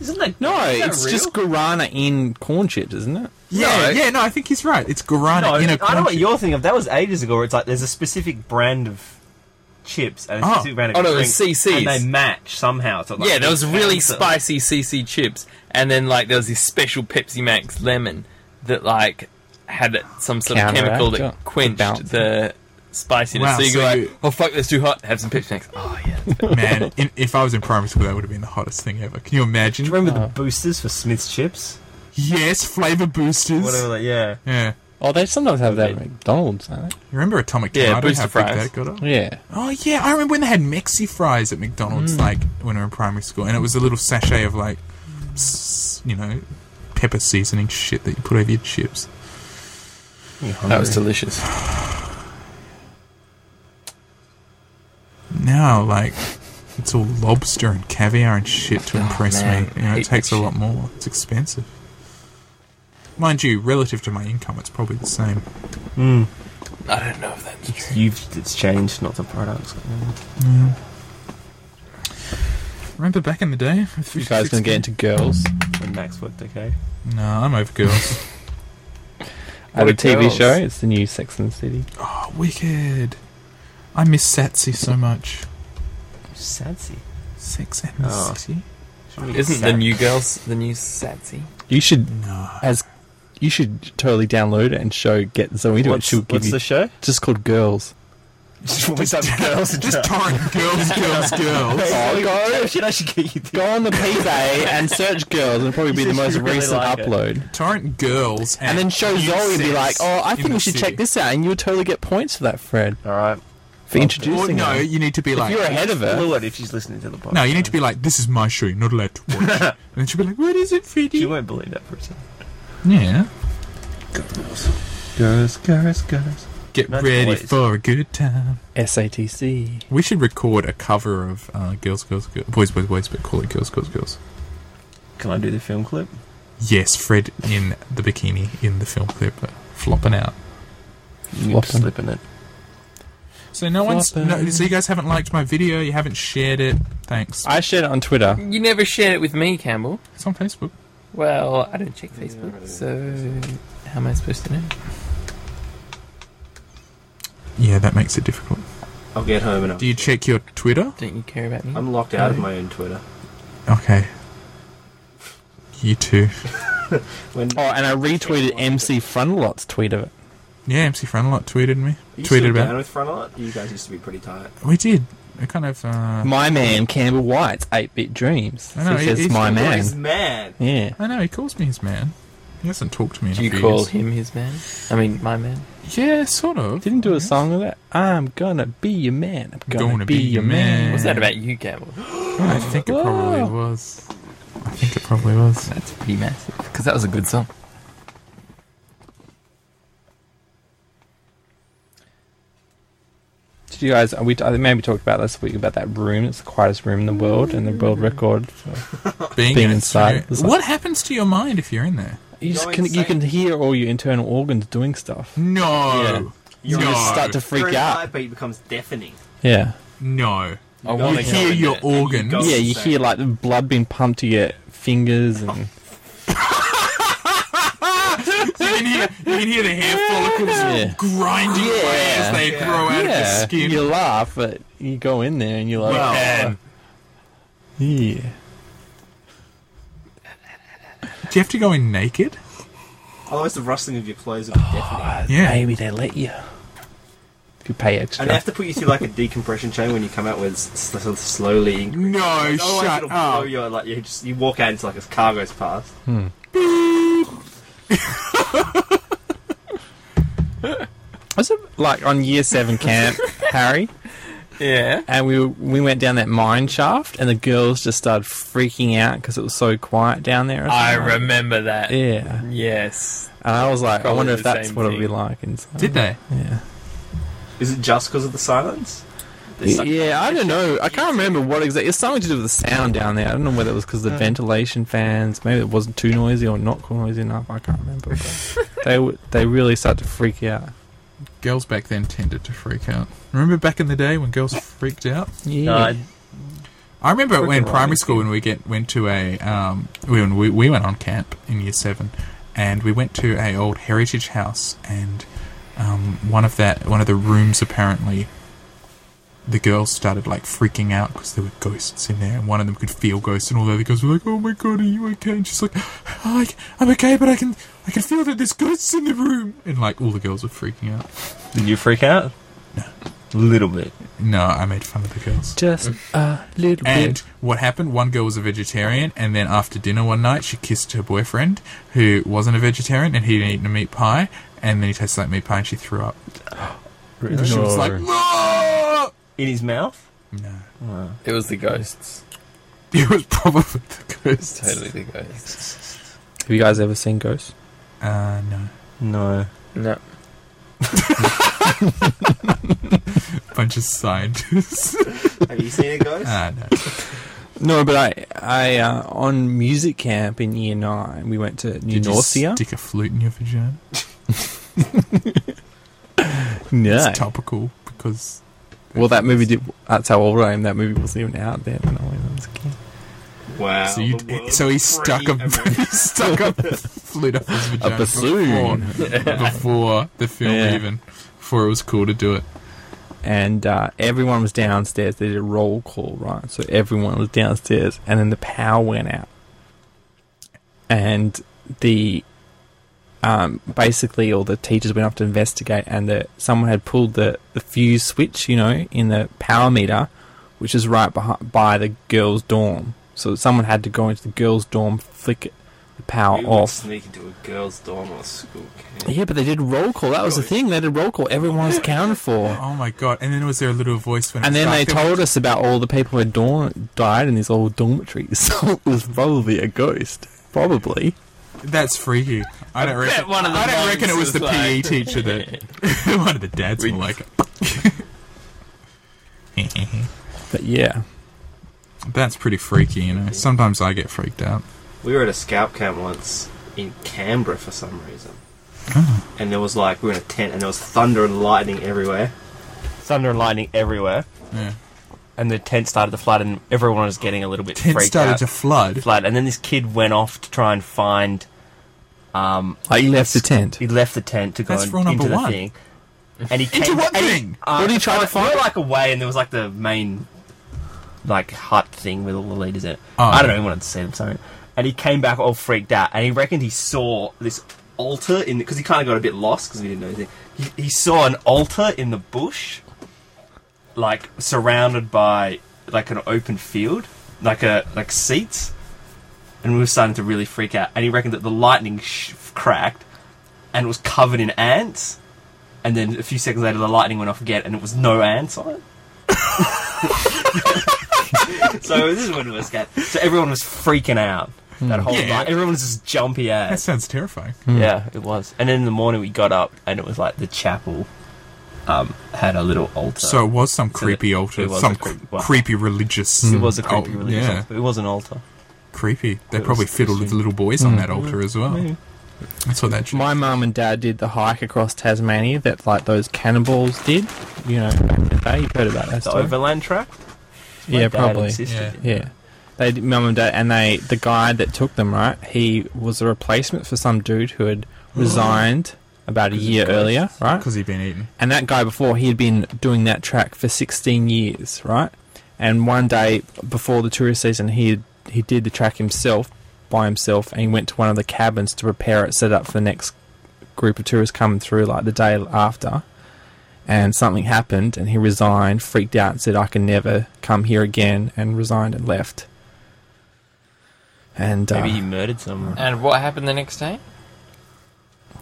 Isn't that
No,
isn't that
it's
real?
just guarana in corn chips, isn't it?
yeah,
No.
yeah. No, I think he's right. It's guarana
No,
in a
I know
corn
what
chip.
you're thinking of. That was ages ago. Where it's like there's a specific brand of chips and a
Oh.
specific brand of
Oh, no,
drink,
it was CCs.
and they match somehow. So like
yeah, there was really
cancer.
spicy CC chips, and then like there was this special Pepsi Max lemon that like had it- some sort of
Counteract
chemical
it.
that quenched
Balance
the spiciness.
Wow,
so you go
so
like,
you-
oh fuck, that's too hot. Have some Pepsi Max. Oh yeah, that's better.
Man, in, if I was in primary school, that would have been the hottest thing ever. Can you
Do you
imagine?
remember the boosters for Smith's chips?
Yes, flavor boosters.
Whatever. Like, yeah.
Yeah.
Oh, they sometimes have that at McDonald's, don't they?
You remember Atomic
Yeah,
Tomato?
booster
how
fries.
big that got up?
Yeah.
Oh yeah, I remember when they had Mexi fries at McDonald's, like when we were in primary school, and it was a little sachet of like, s- you know, pepper seasoning shit that you put over your chips.
that was delicious.
Now, like, it's all lobster and caviar and shit
Oh,
to impress
man,
me. You know,
I
it
hate
takes
that
a lot more. It's expensive. Mind you, relative to my income, it's probably the same.
I don't know if that's true.
You've Hmm. it's changed, not the products.
Remember back in the day? With
<laughs> You guys gonna get into girls?
When Max worked, okay.
No, I'm
<laughs>
over girls.
I have a
What
TV
girls?
show. It's the new Sex and the City.
oh, wicked. I miss Satsy so much.
Sassy.
Sex and the
Oh.
City?
Isn't the new girls the new Satsy?
You should
No.
as you should totally download it and show get Zoe to it.
What's,
She'll give
what's
you
the
<laughs>
show?
just called Girls.
Just want me some girls and
Just torrent girls, girls, girls.
Oh, go
Shit, I should get you. This.
go on <laughs> the eBay and search Girls. It'll probably be
You <laughs>
the
said
most
you really
recent
like it.
upload.
Torrent girls.
And then show Zoe and be like, "Oh, I think we should check this out," and you'll totally get points for that, Fred,
All right.
for
Or,
introducing.
no,
her.
you need to be
if
like,
you're <laughs> ahead of her.
Fluid if she's listening to the podcast.
no, you need to be like, this is my show. You're not allowed to
<laughs>
watch. and then she'll be like, what is it,
She
Freddy?
won't believe that person.
Yeah.
Girls, girls, girls.
Get
Not
ready
always.
for a good time.
SATC.
We should record a cover of uh, Girls, Girls, Girls. Boys, Boys, Boys, but call it Girls, Girls, Girls.
Can I do the film clip?
Yes, Fred in the bikini in the film clip, uh, flopping out.
You
Flopping.
slipping it.
So no one's. No,
Flopping.
so you guys haven't liked my video. You haven't shared it. Thanks.
I shared it on Twitter.
You never shared it with me, Campbell.
It's on Facebook.
Well, I don't check Facebook, so how am I supposed to know?
Yeah, that makes it difficult.
I'll get home and I'll,
Do you check your Twitter?
Don't you care about me?
I'm locked out of my own Twitter.
Okay. You too.
When
Oh, and I retweeted MC Frontlot's tweet of it.
Yeah, MC Frontalot tweeted me.
you
tweeted
still
about.
down with Frontalot? You guys used to be pretty tight.
We did. it kind of. Uh,
My man, Campbell White's 8 bit dreams.
I know,
he
it-
says,
it's-
my
it
man.
He's mad.
yeah.
I know he calls me his man. He hasn't talked to me. In
Do
a
you
few
call
years.
him his man? I mean, my man.
Yeah, sort of.
Didn't do
I
a
guess.
song with that. I'm gonna be your man. I'm gonna, be, your man.
What's that about you, Campbell?
<gasps>
I think it probably
Whoa.
was. I think it probably was.
That's pretty massive. Because that was a good song.
Did you guys? We I think maybe talked about this week about that room. It's the quietest room in the world, and the world record. For,
Being,
Being inside.
What happens to your mind if you're in there?
you just
Go
can you
insane.
can hear all your internal organs doing stuff.
No.
You
No.
just start to
Your
freak
own
out.
heartbeat becomes deafening.
Yeah,
No.
I
You
want to
hear your organs.
go-
yeah. You
insane.
hear like the blood being pumped to your fingers,
<laughs>
and
You can hear, you can hear the hair follicles
Yeah.
grinding away as they
Yeah.
grow out of your
yeah,
skin.
you laugh, but you go in there and you're like,
Wow.
"Oh,
uh,
yeah.
Do you have to go in naked?
Otherwise, the rustling of your clothes will be deafening.
Yeah.
Maybe they let you. If you pay extra.
And they have to put you through like a decompression chamber when you come out with s- s- slowly. increasing.
No,
Otherwise,
shut
it'll blow
up.
you. Like you just you walk out into like a car goes past.
was it like on year seven <laughs> camp, Harry?
Yeah.
And we we went down that mine shaft, and the girls just started freaking out because it was so quiet down there. or
I
something.
remember that.
Yeah,
Yes.
and I was like, I
Probably
wonder if
the
that's
same
what it'd be
thing.
like inside.
Did they?
Yeah,
Is it just because of the silence? They suck-
yeah. I don't know. I can't remember what exactly. It's something to do with the sound down there. I don't know whether it was because
Oh.
the ventilation fans. Maybe it wasn't too noisy or not noisy enough. I can't remember. But
<laughs>
they w- they really started to freak out.
Girls back then tended to freak out. Remember back in the day when girls freaked out?
Yeah.
I-
I remember
Freaking
when primary
right.
school when we get went to a um, when we we went on camp in year seven, and we went to a old heritage house, and um, one of that one of the rooms apparently, the girls started like freaking out because there were ghosts in there, and one of them could feel ghosts, and all the other girls were like, "Oh my god, are you okay?" And she's like, "Oh, I, "I'm okay, but I can I can feel that there's ghosts in the room," and like all the girls were freaking out.
Did you freak out? No. Little bit.
No, I made fun of the girls.
just a little
And
bit.
what happened? One girl was a vegetarian, and then after dinner one night, she kissed her boyfriend, who wasn't a vegetarian, and he'd eaten a meat pie, and then he tasted like meat pie, and she threw up. And she was like, no!
in his mouth.
No.
Uh,
It was the ghosts.
<laughs> It was probably the ghost.
Totally the ghosts.
Have you guys ever seen ghosts?
Uh, no.
No.
No.
Bunch of scientists.
Have you seen it,
Uh,
guys?
Ah, no.
No, but I, I uh, on music camp in year nine, we went to New
Did you
Norcia.
stick a flute in your vagina?
No.
It's topical, because...
Well, that movie did. That's how old I am. That movie wasn't even out then when I when I was a kid.
Wow.
So, you,
the
so he
world's
stuck
free
a <laughs>
America.
he stuck a flute up his vagina
bassoon. <laughs>
before, before the film
Yeah.
even before it was cool to do it.
And uh, everyone was downstairs. They did a roll call, right? So everyone was downstairs, and then the power went out, and the um, basically all the teachers went up to investigate, and the, someone had pulled the, the fuse switch, you know, in the power meter, which is right behind, by the girls' dorm. So someone had to go into the girls' dorm, flick it, the power
You would
off.
Sneak into a girl's dorm or school camp.
Yeah, but they did roll call. That was the thing. They did roll call. Everyone was counted
<laughs>
for.
Oh my god! And then was there a little voice when? it
And
was
then they
dark that
told us about all the people who had dorm- died in these old dormitories. <laughs> So it was probably a ghost. Probably.
went, That's freaky. I don't reckon.
one of the
I don't
monks
reckon it was
was
the E. PE
like-
teacher that. <laughs> one of the dads were like. <laughs>
But yeah.
That's pretty freaky, you know. Sometimes I get freaked out.
We were at a scout camp once in Canberra for some reason.
Oh.
And there was like, we were in a tent and there was thunder and lightning everywhere.
Thunder and lightning everywhere.
Yeah.
And the tent started to flood, and everyone was getting a little bit
Tent
freaked
started
out.
to flood.
flood. And then this kid went off to try and find. Um,
Oh,
Like you left the tent.
he left the tent to go
That's
and-
rule number
into the
one.
thing. And he came
Into what
and he-
thing?
uh,
What did he try to
we
find?
were, like away, and there was like the main, like hut thing with all the leaders in it.
Oh.
I don't know. He wanted to see them something, and he came back all freaked out, and he reckoned he saw this altar in because he kind of got a bit lost because we didn't know anything. He, he saw an altar in the bush,
like surrounded by like an open field, like a like seats, and we were starting to really freak out. And he reckoned that the lightning sh- cracked, and it was covered in ants. And then a few seconds later, the lightning went off again, and it <laughs> was no ants on it. so this is when it was scared. So everyone was freaking out.
Hmm.
That whole
Yeah.
night, everyone was just jumpy
That
ass.
sounds terrifying.
Yeah, it was. And then in the morning, we got up, and it was like the chapel um, had a little altar.
So it was some
So
creepy
it-
altar,
it was
some
a creep-
cre-
well,
creepy religious.
It was a creepy
al-
religious
oh, Yeah,
altar, but it was an altar.
creepy. They
It was-
probably
it was
fiddled with
weird.
little boys on that altar as well.
Maybe.
That's what that.
My mum and dad did the hike across Tasmania that like those cannibals did. You know, back in the day, you've heard about that
The
story.
overland track? My
yeah,
dad and
probably.
sister
Yeah.
did.
Yeah. They, did- mum and dad, and they, the guy that took them, right? He was a replacement for some dude who had
Mm.
resigned about a year earlier, right?
Because he'd been eaten.
And that guy before, he had been doing that track for 16 years, right? And one day before the tourist season, he he did the track himself by himself, and he went to one of the cabins to prepare it, set it up for the next group of tourists coming through, like the day after. And something happened, and he resigned, freaked out, and said, "I can never come here again," and resigned and left. And uh,
Maybe he murdered someone.
And what happened the next day?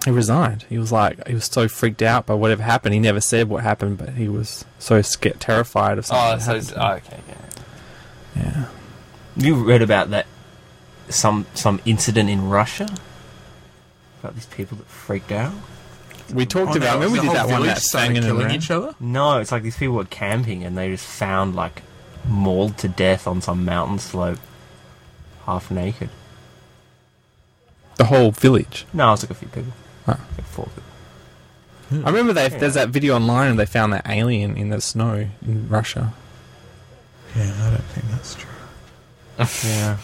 he resigned. He was like, he was so freaked out by whatever happened. He never said what happened, but he was so scared, terrified of something.
Oh,
that
so
happened
it's,
to him.
oh, okay, yeah.
yeah.
You read about that some some incident in Russia about these people that freaked out.
We
Oh,
talked about. Remember we did that one that sang in
killing
the
each other.
No, it's like these people were camping and they just found like mauled to death on some mountain slope, half naked.
The whole village.
No, it was like a few people.
Huh.
Like four people.
I remember they, there's that video online and they found that alien in the snow in Russia.
Yeah, I don't think that's true.
Yeah.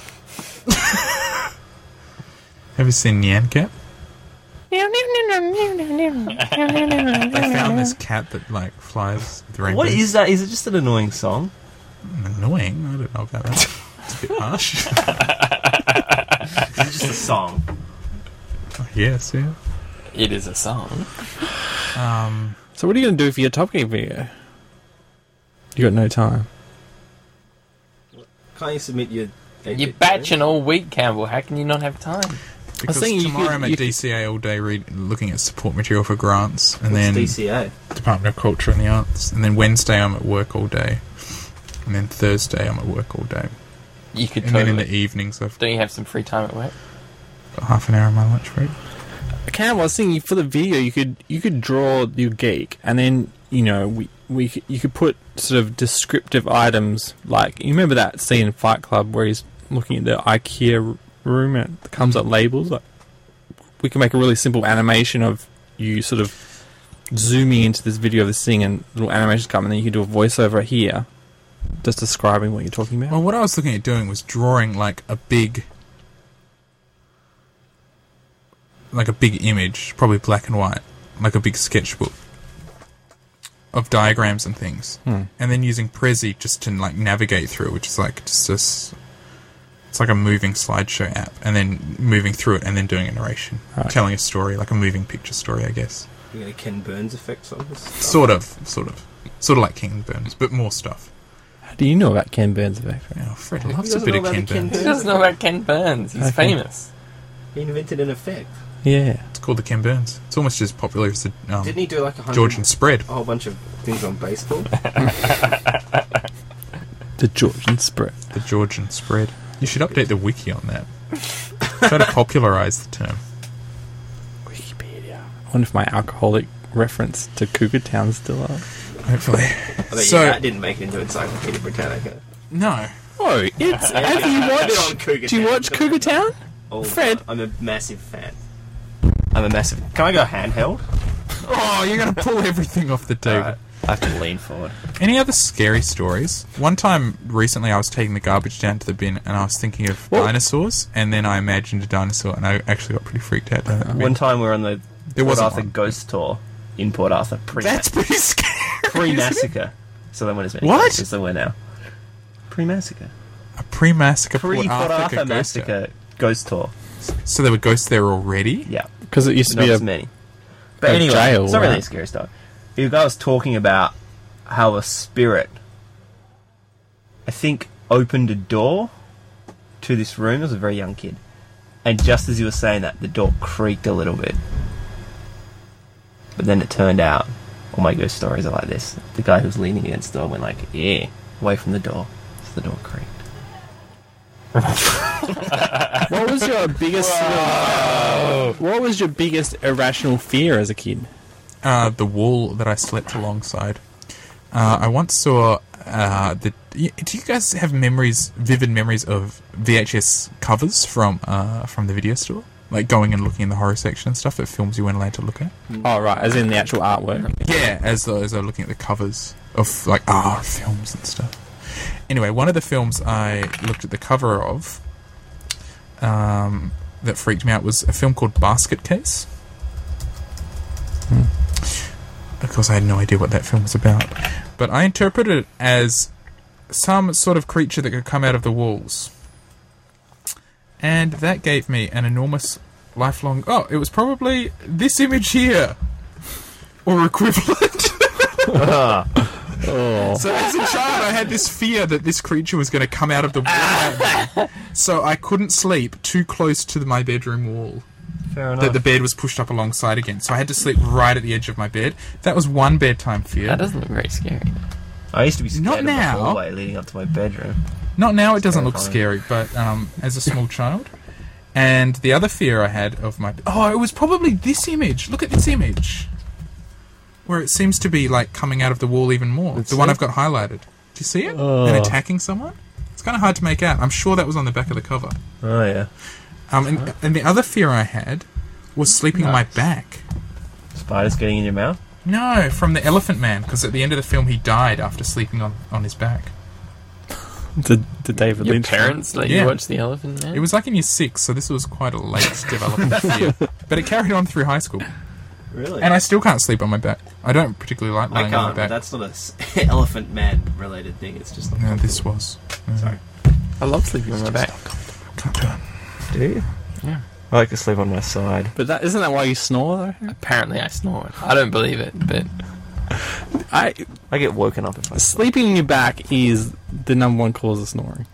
Have you seen Nyan Cat? they found this cat that like flies with rainbows.
What is that? Is it just an annoying song?
annoying? I don't know about that. It's a bit harsh. <laughs>
Is it <laughs> just a song?
yes, yeah.
It is a song.
Um,
So what are you going to do for your Top Gear video? You got no time.
Can't you submit your?
You're batching all week, Campbell. How can you not have time?
because
thinking you
tomorrow
could-
I'm at
you-
DCA all day read, looking at support material for grants, and then
DCA.
Department of Culture and the Arts, and then Wednesday I'm at work all day, and then Thursday I'm at work all day,
You could
and then in the
totally.
evenings I've
Don't you have some free time at work?
got half an hour on my lunch break.
Cam, I was thinking for the video, you could you could draw your geek, and then you know we we c- you could put sort of descriptive items like you remember that scene in Fight Club where he's looking at the IKEA r- room and it comes up labels. Like we can make a really simple animation of you sort of zooming into this video of this thing, and little animations come, and then you can do a voiceover here, just describing what you're talking about.
Well, what I was looking at doing was drawing like a big, like a big image, probably black and white, like a big sketchbook of diagrams and things, and then using Prezi just to like navigate through, which is like just this. It's like a moving slideshow app, and then moving through it, and then doing a narration, telling a story, like a moving picture story, I guess.
You get a Ken Burns effect on this.
Sort of, sort of, sort of like King Burns, but more stuff.
How do you know about Ken Burns' effect?
You know, Fred loves a bit of Ken Burns.
Who doesn't know about Ken Burns? He's
Okay.
famous.
He invented an effect.
Yeah,
It's called the Ken Burns. It's almost as popular as the um,
Didn't he do like a hundred
Georgian spread.
a whole bunch of things on baseball?
the Georgian spread.
The Georgian spread. You should update the wiki on that. Try to popularize the term.
Wikipedia. I wonder if my alcoholic reference to Cougar Town's still up.
Hopefully.
I bet
So-
you that didn't make it into Encyclopedia Britannica.
No.
Oh, it's <laughs> have you
They're on Cougar
watched? Do you
Town.
watch Cougar Town?
Oh,
Fred.
I'm a massive fan. I'm a massive. Can I go handheld?
Oh, you're going to pull everything off the table.
Alright, I have to lean forward.
Any other scary stories? One time recently, I was taking the garbage down to the bin and I was thinking of
Well-
dinosaurs, and then I imagined a dinosaur and I actually got pretty freaked out. down at the bin.
Uh, One time we were on the
There
Port
wasn't
Arthur
one.
ghost tour in Port Arthur pre
That's pretty <laughs> scary.
pre
<laughs>
massacre. So there weren't as many
What?
ghosts as there were now. Pre massacre.
A pre massacre
Pre Port Arthur massacre ghost tour.
So there were ghosts there already?
Yeah.
Because it used to
not
be a
as many. But
a
anyway,
jail,
it's not really
right?
a scary story. The guy was talking about how a spirit, I think, opened a door to this room. I was a very young kid. And just as you were saying that, the door creaked a little bit. But then it turned out, all my ghost stories are like this. The guy who was leaning against the door went like, yeah, away from the door. So the door creaked.
What was your biggest? What was your biggest irrational fear as a kid?
uh, the wall that I slept alongside. Uh, I once saw uh, the. y- Do you guys have memories, vivid memories of VHS covers from uh, from the video store? Like going and looking in the horror section and stuff that films you weren't allowed to look at.
Hmm.
Oh right, as in the actual artwork.
Yeah, as though as though looking at the covers of like ah films and stuff. Anyway, one of the films I looked at the cover of um, that freaked me out was a film called Basket Case. Of course, I had no idea what that film was about, but I interpreted it as some sort of creature that could come out of the walls, and that gave me an enormous lifelong. Oh, it was probably this image here or equivalent. <laughs> So as a child, I had this fear that this creature was going to come out of the wall. at me. so I couldn't sleep too close to my bedroom wall.
Fair enough.
That
Uh.
the bed was pushed up alongside again, so I had to sleep right at the edge of my bed. That was one bedtime fear.
That doesn't look very scary.
I used to be scared
Not
of
now.
the hallway leading up to my bedroom.
Not now, it doesn't look scary, but um, as a small child. And the other fear I had of my. Oh, it was probably this image. Look at this image. Where it seems to be like coming out of the wall even more. the one I've got highlighted. Do you see it? And attacking someone? It's kind of hard to make out. I'm sure that was on the back of the cover.
Oh yeah,
Um, and, and the other fear I had was sleeping on my back.
spiders getting in your mouth.
No, from the Elephant Man, because at the end of the film he died after sleeping on, on his back.
The the David
Your
Lynch.
parents let you
Yeah.
watch the elephant man?
It was like in year six, so this was quite a late development fear. But it carried on through high school.
Really?
And I still can't sleep on my back. I don't particularly like
I
lying on my
can't.
back.
But that's not a s- <laughs> elephant man related thing. It's
Oh,
just.
No, this was.
I love sleeping on my back.
Can't do it.
Do you?
Yeah.
I like to sleep on my side.
But that isn't that why you snore though?
Apparently, I snore. I don't believe it, but
I
I get woken up if I
sleeping in your back is the number one cause of snoring.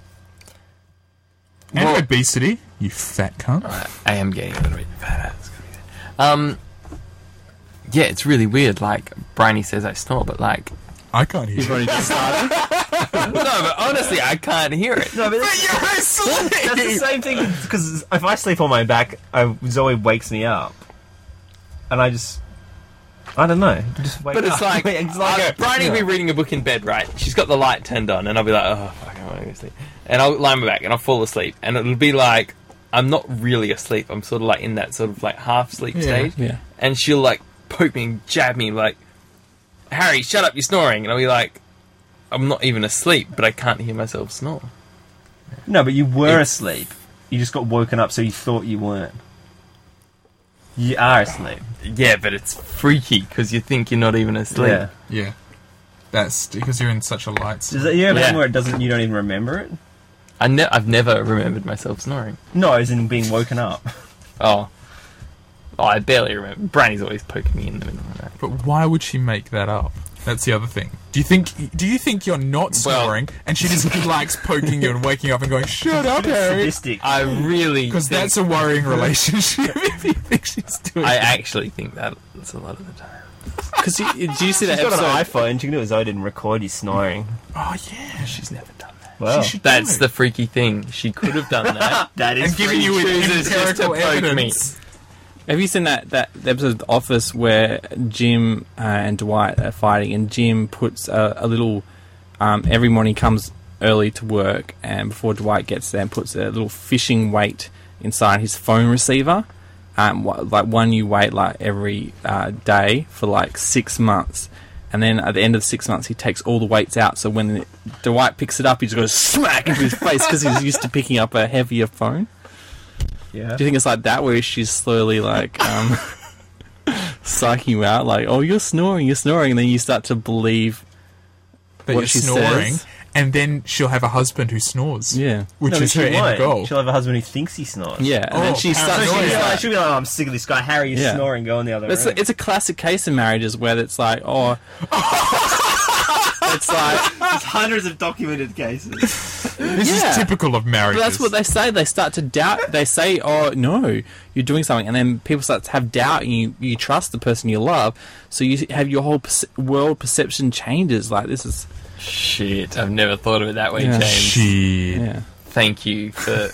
And
Well-
obesity, you fat cunt.
I, I am getting a little bit fatter. It's gonna be there. Um, yeah, it's really weird. Like Briny says, I snore, but like, <laughs>
I can't hear you.
Everybody just <laughs> started.
no, but honestly, I can't hear
<laughs> <laughs>
it.
No, but that's,
<laughs>
that's the same thing. Because if I sleep on my back, I, Zoe wakes me up, and I just. I don't know. Just wake
But it's
<laughs> up.
like,
it's like a-
uh, Bridie will be reading a book in bed, right? She's got the light turned on, and I'll be like, oh, fuck, I'm going to sleep. And I'll lie on my back, and I'll fall asleep, and it'll be like, I'm not really asleep. I'm sort of like in that sort of like half sleep stage.
Yeah.
And she'll like poke me and jab me, like, Harry, shut up, you're snoring. And I'll be like, I'm not even asleep, but I can't hear myself snore.
No, but you were asleep. You just got woken up, so you thought you weren't. You are asleep.
Yeah, but it's freaky because you think you're not even asleep.
Yeah.
Yeah. That's because you're in such a light. sleep.
Does it, you ever
Yeah.
one where it doesn't? You don't even remember it.
I ne- I've never remembered myself snoring.
No, as in being woken up.
Oh. Oh, I barely remember. Brandy's always poking me in the middle of the night.
But why would she make that up? That's the other thing. Do you think? Do you think you're not
Well-
snoring, and she just likes poking you and waking up and going, "Shut up, Harry,"
Sadistic.
I really
because
think-
that's a worrying relationship. <laughs> if you think she's doing.
I actually think that that's a lot of the time.
Because you, you- do you see that
She's got
episode?
an iPhone. She can do it. Zoe didn't record you snoring.
oh yeah,
She's never done that.
Wow.
she Oh. should do
That's
it.
the freaky thing. She could have
<laughs>
done that.
that
and giving you
chooses just to
empirical
poke me.
evidence.
Have you seen that, that episode of The Office where Jim uh, and Dwight are fighting, and Jim puts a, a little. Um, every morning he comes early to work, and before Dwight gets there, puts a little fishing weight inside his phone receiver. Um, wh- like one you wait like every uh, day for like six months, and then at the end of six months he takes all the weights out. So when Dwight picks it up, he just goes smack into his face because he's used to picking up a heavier phone.
Yeah.
Do you think it's like that where she's slowly like um, psyching you out, like, oh, you're snoring, you're snoring, and then you start to believe,
That
what
you're
she
snoring,
says.
and then she'll have a husband who snores.
yeah,
which
No, but
is her
she
end
won't.
goal.
She'll have a husband who thinks he snores.
yeah, and then
Oh,
she starts.
She'll
paranoia.
be,
Yeah.
like, she'll be like, "Oh, I'm sick of this guy. Harry, you're
Yeah.
snoring. Go in the other
It's
room."
a, it's a classic case in marriages where it's like, oh,
it's like,
There's hundreds of documented <laughs> cases.
This
Yeah.
is typical of marriage.
but that's what they say. They start to doubt. They say, "Oh no, you're doing something," and then people start to have doubt, and you you trust the person you love, so you have your whole perce- world perception changes. Like this is
shit, I've never thought of it that way,
Yeah.
James.
Shit.
yeah.
Thank you for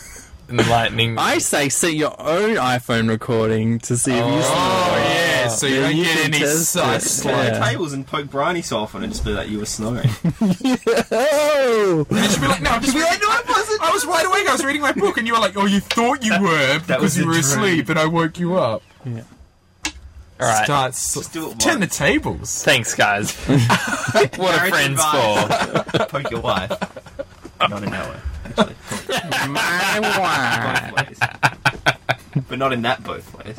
enlightening me.
I say set your own iPhone recording to see if you.
Oh, yeah, so you
Yeah,
don't
you
get
can
any
test
side
it.
slide.
Turn the
Yeah.
tables and poke Bryony so often and just be like, you were
<laughs>
snoring.
Oh! <laughs>
And she'd be like, no, I'm just be like, no, I wasn't. I was wide awake. I was reading my book, and you were like, oh, you thought you were
was
because you
a
were
dream.
asleep, and I woke you up.
All right.
Start
Just do it
turn the
once.
tables. <laughs>
Thanks, guys. what are
Marriage
friends for?
advice. poke your
<laughs>
wife. Not in that way, actually.
<laughs>
My
Both ways. but not in that both ways.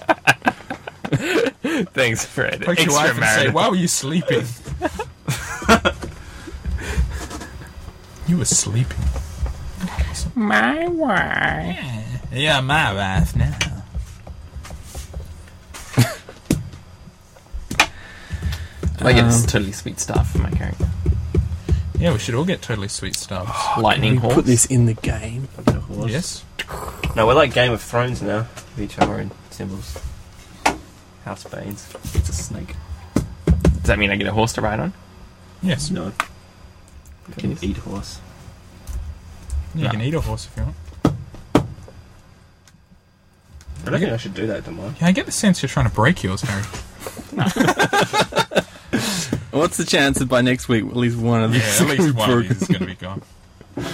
Thanks, Fred.
Poke your wife and say,
Extramarital.
why were you sleeping? you were sleeping.
my wife.
Yeah, my wife now.
I get
Um,
this totally sweet stuff for my character.
Yeah, we should all get totally sweet
Oh,
stuff.
Lightning horse.
Put this in the game.
yes.
No, we're like Game of Thrones now. With each other in symbols. House Banes. It's a snake.
Does that mean I get a horse to ride on?
Yes.
No. You can eat horse.
You can eat a horse if you want.
I don't think I should do that to mine.
Yeah, I get the sense you're trying to break yours, Harry.
What's the chance that by next week at least one of these? <laughs>
<laughs> is going to be gone.
Do you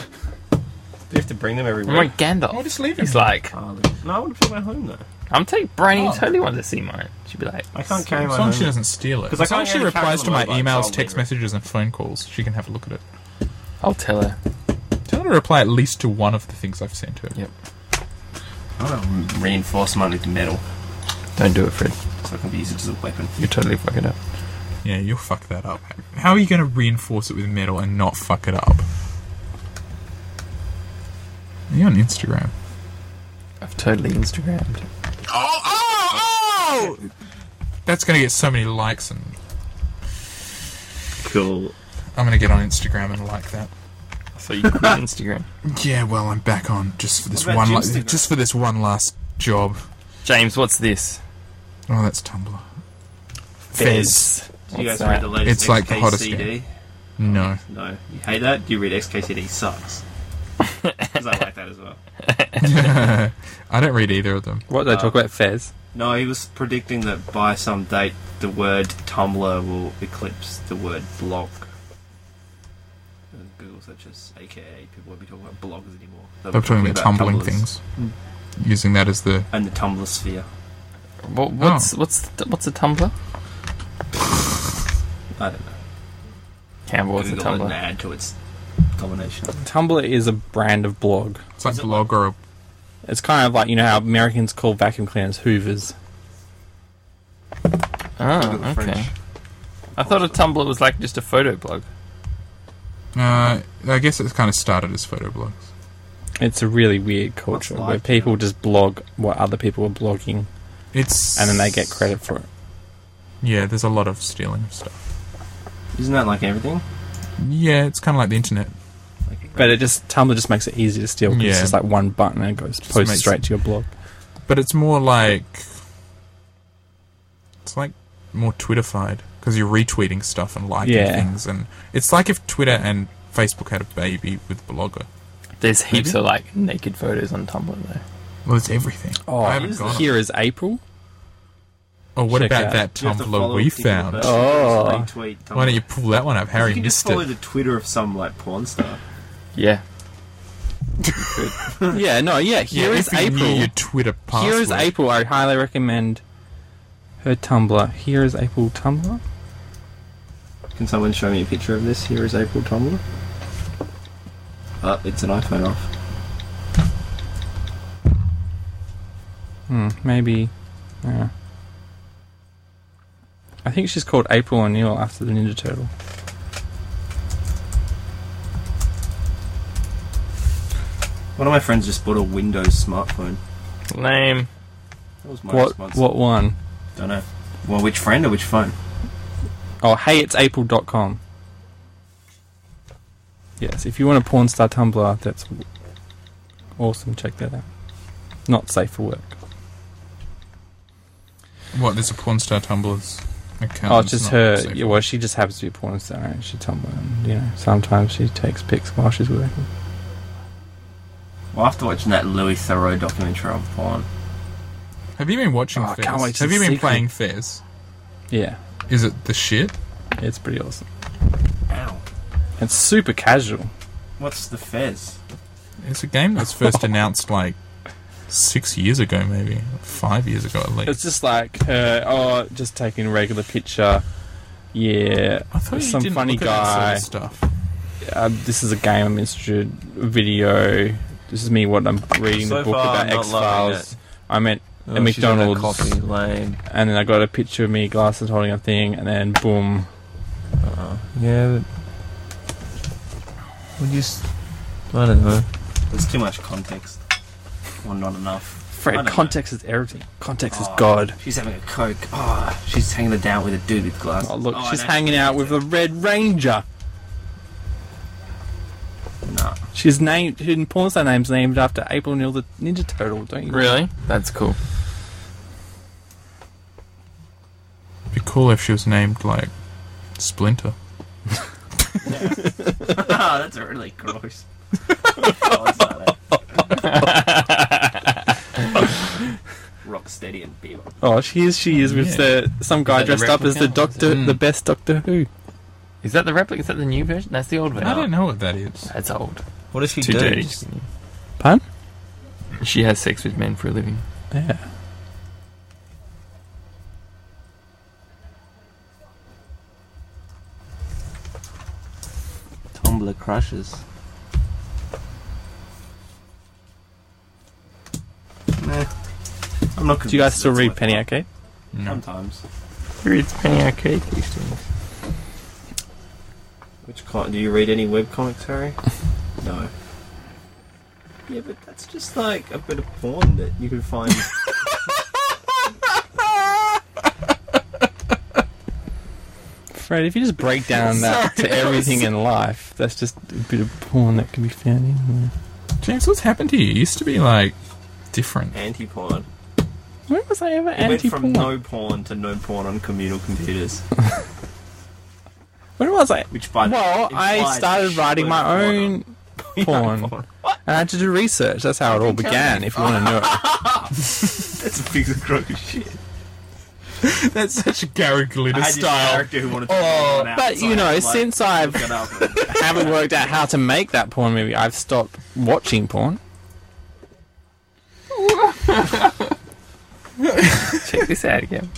have to bring them every
I'm like
week?
I'll
Gandalf.
Oh, just leave him.
He's like,
No, I want to put my home though.
I'm taking Brian. You
Oh.
totally wanted to see mine. She'd be like,
I can't carry
As
my
long
home.
as she doesn't steal it.
'Cause I
As long
can't
as she
get a
replies to my
calendar invite, so
emails,
I'll
text
leave it.
messages, and phone calls, she can have a look at it.
I'll tell her.
Tell her to reply at least to one of the things I've sent her.
Yeah.
I want to reinforce mine with metal
Don't do it, Fred.
so it can be used as a weapon.
You're totally fucking up.
Yeah, you'll fuck that up. How are you going to reinforce it with metal and not fuck it up? Are you on Instagram?
I've totally Instagrammed.
Oh, oh, oh! That's going to get so many likes, and
Cool.
I'm going to get on Instagram and like that.
So you quit Instagram.
Yeah, well, I'm back on just for this
What about
one, la-
Jim's Instagram?
just for this one last job.
James, what's this?
Oh, that's Tumblr. Fez.
Do you guys
What's that?
read the latest
It's like the hottest
XKCD?
game. <laughs> No.
No. You hate that? Do you read XKCD <laughs> sucks? Because I like that as well.
I don't read either of them.
Uh,
What they talk about Fez?
No, he was predicting that by some date the word Tumblr will eclipse the word blog. And Google searches, aka people won't be talking about blogs anymore. They'll be
They're talking about tumbling
Tumblrs Hmm.
things. Using that as the.
And the Tumblr sphere.
What, what's what's the, what's a Tumblr?
I don't know.
Campbell, what's a Oh,
Google didn't
Tumblr?
add to its domination.
Tumblr is a brand of blog.
It's like blog or a.
It's kind of like you know how Americans call vacuum cleaners Hoovers.
Oh, okay. I thought a Tumblr was like just a photo blog.
Uh, I guess it's kind of started as photo blogs.
It's a really weird culture
What's
where
like-
people just blog what other people are blogging,
It's.
and then they get credit for it.
Yeah, there's a lot of stealing of stuff.
Isn't that like everything?
Yeah, it's kind of like the internet.
Like,
But it just Tumblr just makes it easy to steal 'cause
Yeah.
it's just like one button and it goes post
makes-
straight to your blog.
But it's more like. It's like more Twitterfied because you're retweeting stuff and liking
Yeah.
things, and it's like if Twitter and Facebook had a baby with Blogger.
There's heaps of like naked photos on Tumblr though.
Well, it's everything.
Oh,
I haven't gone.
Here is April.
Oh, what
Check
about
out.
that
you have to follow
Tumblr we
particular
found?
person,
Oh.
just retweet Tumblr.
Why don't you pull that one up, Harry?
you can just
missed
follow
it.
the Twitter of some like porn star.
Yeah.
yeah, no, yeah. Here is
if you knew
April.
Your Twitter password.
Here is April. I highly recommend her Tumblr. Here is April Tumblr.
Can someone show me a picture of this? Here is April Tumblr. Uh, it's an iPhone off.
Hmm, maybe. Yeah. I think she's called April O'Neil after the Ninja Turtle.
One of my friends just bought a Windows smartphone.
Lame.
That was my
What?
response.
What one?
Don't know. Well, which friend or which phone?
Oh, hey, it's April.com. Yes, if you want a porn star Tumblr, that's awesome. Check that out. Not safe for work.
What? There's a porn star Tumblr's account.
oh,
that's
it's just
not
her.
safe.
Yeah, well, she just happens to be a porn star, and she Tumblr. And, you know, sometimes she takes pics while she's working.
Well, after watching that Louis Thoreau documentary on porn,
Have you been watching?
Oh, I
Fez?
can't wait to
Have you been
see
playing Fez?
Yeah,
Is it the shit?
it's pretty awesome.
ow,
It's super casual.
what's the Fez?
It's a game that was
<laughs>
first announced like six years ago, maybe five years ago at least.
It's just like, uh, oh, just taking a regular picture. Yeah,
I thought
some funny guy.
that sort of stuff.
uh, this is a game I'm interested. Video. This is me. What I'm reading the
So
book
far,
about
I'm not Oh,
X Files. I'm at a McDonald's,
lame.
and then I got a picture of me, glasses, holding a thing, and then boom.
Yeah, but. We just. I don't know.
There's too much context, or not enough. I
Fred,
don't know.
context is everything. Context is
Oh,
God.
She's having a coke. Oh, she's hanging it down with a dude with glasses.
Oh look,
I
she's
know.
hanging out with the Red Ranger.
<laughs> Nah. <laughs>
She's named. Her porn star name's named after April O'Neil, the Ninja Turtle. Don't you?
Really? That's cool.
It'd be cool if she was named like Splinter.
Ah, that's really gross. <laughs> Oh, it's not
<laughs>
that. Rocksteady and Bieber.
Oh, she is. She is with the some guy
Is that the
dressed up as the
replica?
Doctor,
Mm.
the best Doctor Who.
Is that the replica? Is that the new version? That's the old version. Oh,
I don't know what that is.
That's old.
What if she
Too
does?
dirty.
Pardon?
She has sex with men for a living.
Yeah.
Tumblr crushes.
Nah. I'm not
Do you guys
convinced
still
that's
read
worth
Penny
it.
Arcade? Um,
Sometimes.
Who reads Penny Arcade these days?
Which con- do you read any web comics,
<laughs>
Harry? no. Yeah, but that's just like a bit of porn that you
<laughs>
can find.
Fred, if you just break down that to everything in life, that's just a bit of porn that can be found in there.
James, what's happened to you? You used to be like different.
Anti-porn.
When was I ever
It went
anti
from
porn?
no porn to no porn on communal computers.
When was I?
Which by the
Well, I
implies
started
shitload
writing
of
my own
porn
porn.
on-
And I had to do research. That's how it all began, if you want to know it.
That's a piece of gross shit.
That's such a Gary Glitter
I had this character who wanted to
Oh,
porn
but, you know,
outside,
since I've-
<laughs> look it up.
Haven't worked out how to make that porn movie. I've stopped watching porn.
Check this out again.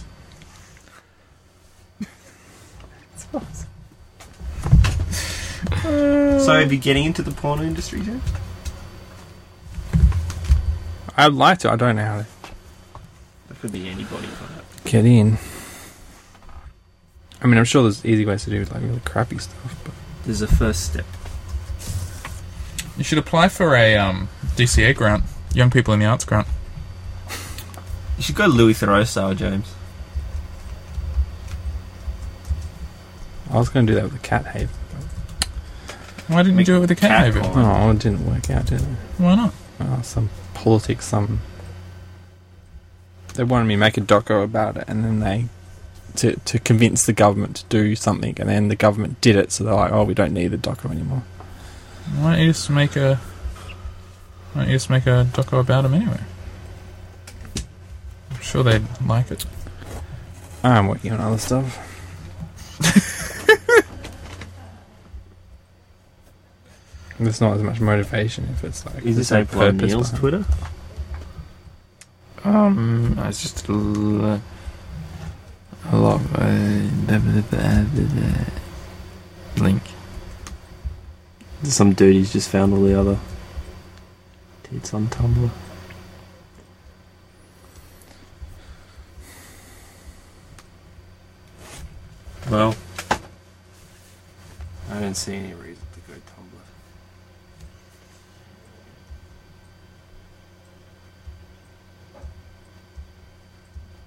so, are you getting into the porn industry, James?
I'd like to. I don't know how to
That could be anybody. but-
get in. I mean, I'm sure there's easy ways to do like really crappy stuff, but
There's a first step.
You should apply for a um, DCA grant, Young People in the Arts grant.
You should go Louis Theroux style, James.
I was going to do that with the cat haven.
Why didn't you do it with the cat
Cat
over?
porn.
Oh, it didn't work out, did it?
Why not?
Oh, some politics, some. They wanted me to make a doco about it, and then they to to convince the government to do something, and then the government did it. So they're like, "Oh, we don't need the doco anymore."
Why don't you just make a? Why don't you just make a doco about him anyway? I'm sure they'd like it.
I'm working on other stuff. <laughs> There's not as much motivation if it's like.
Is this
there's no
April O'Neil's
behind it.
Twitter?
Um, I was just a l- a lot of, uh, link.
Some dude he's just found all the other tits on Tumblr. Well, I don't see any reason to go Tumblr.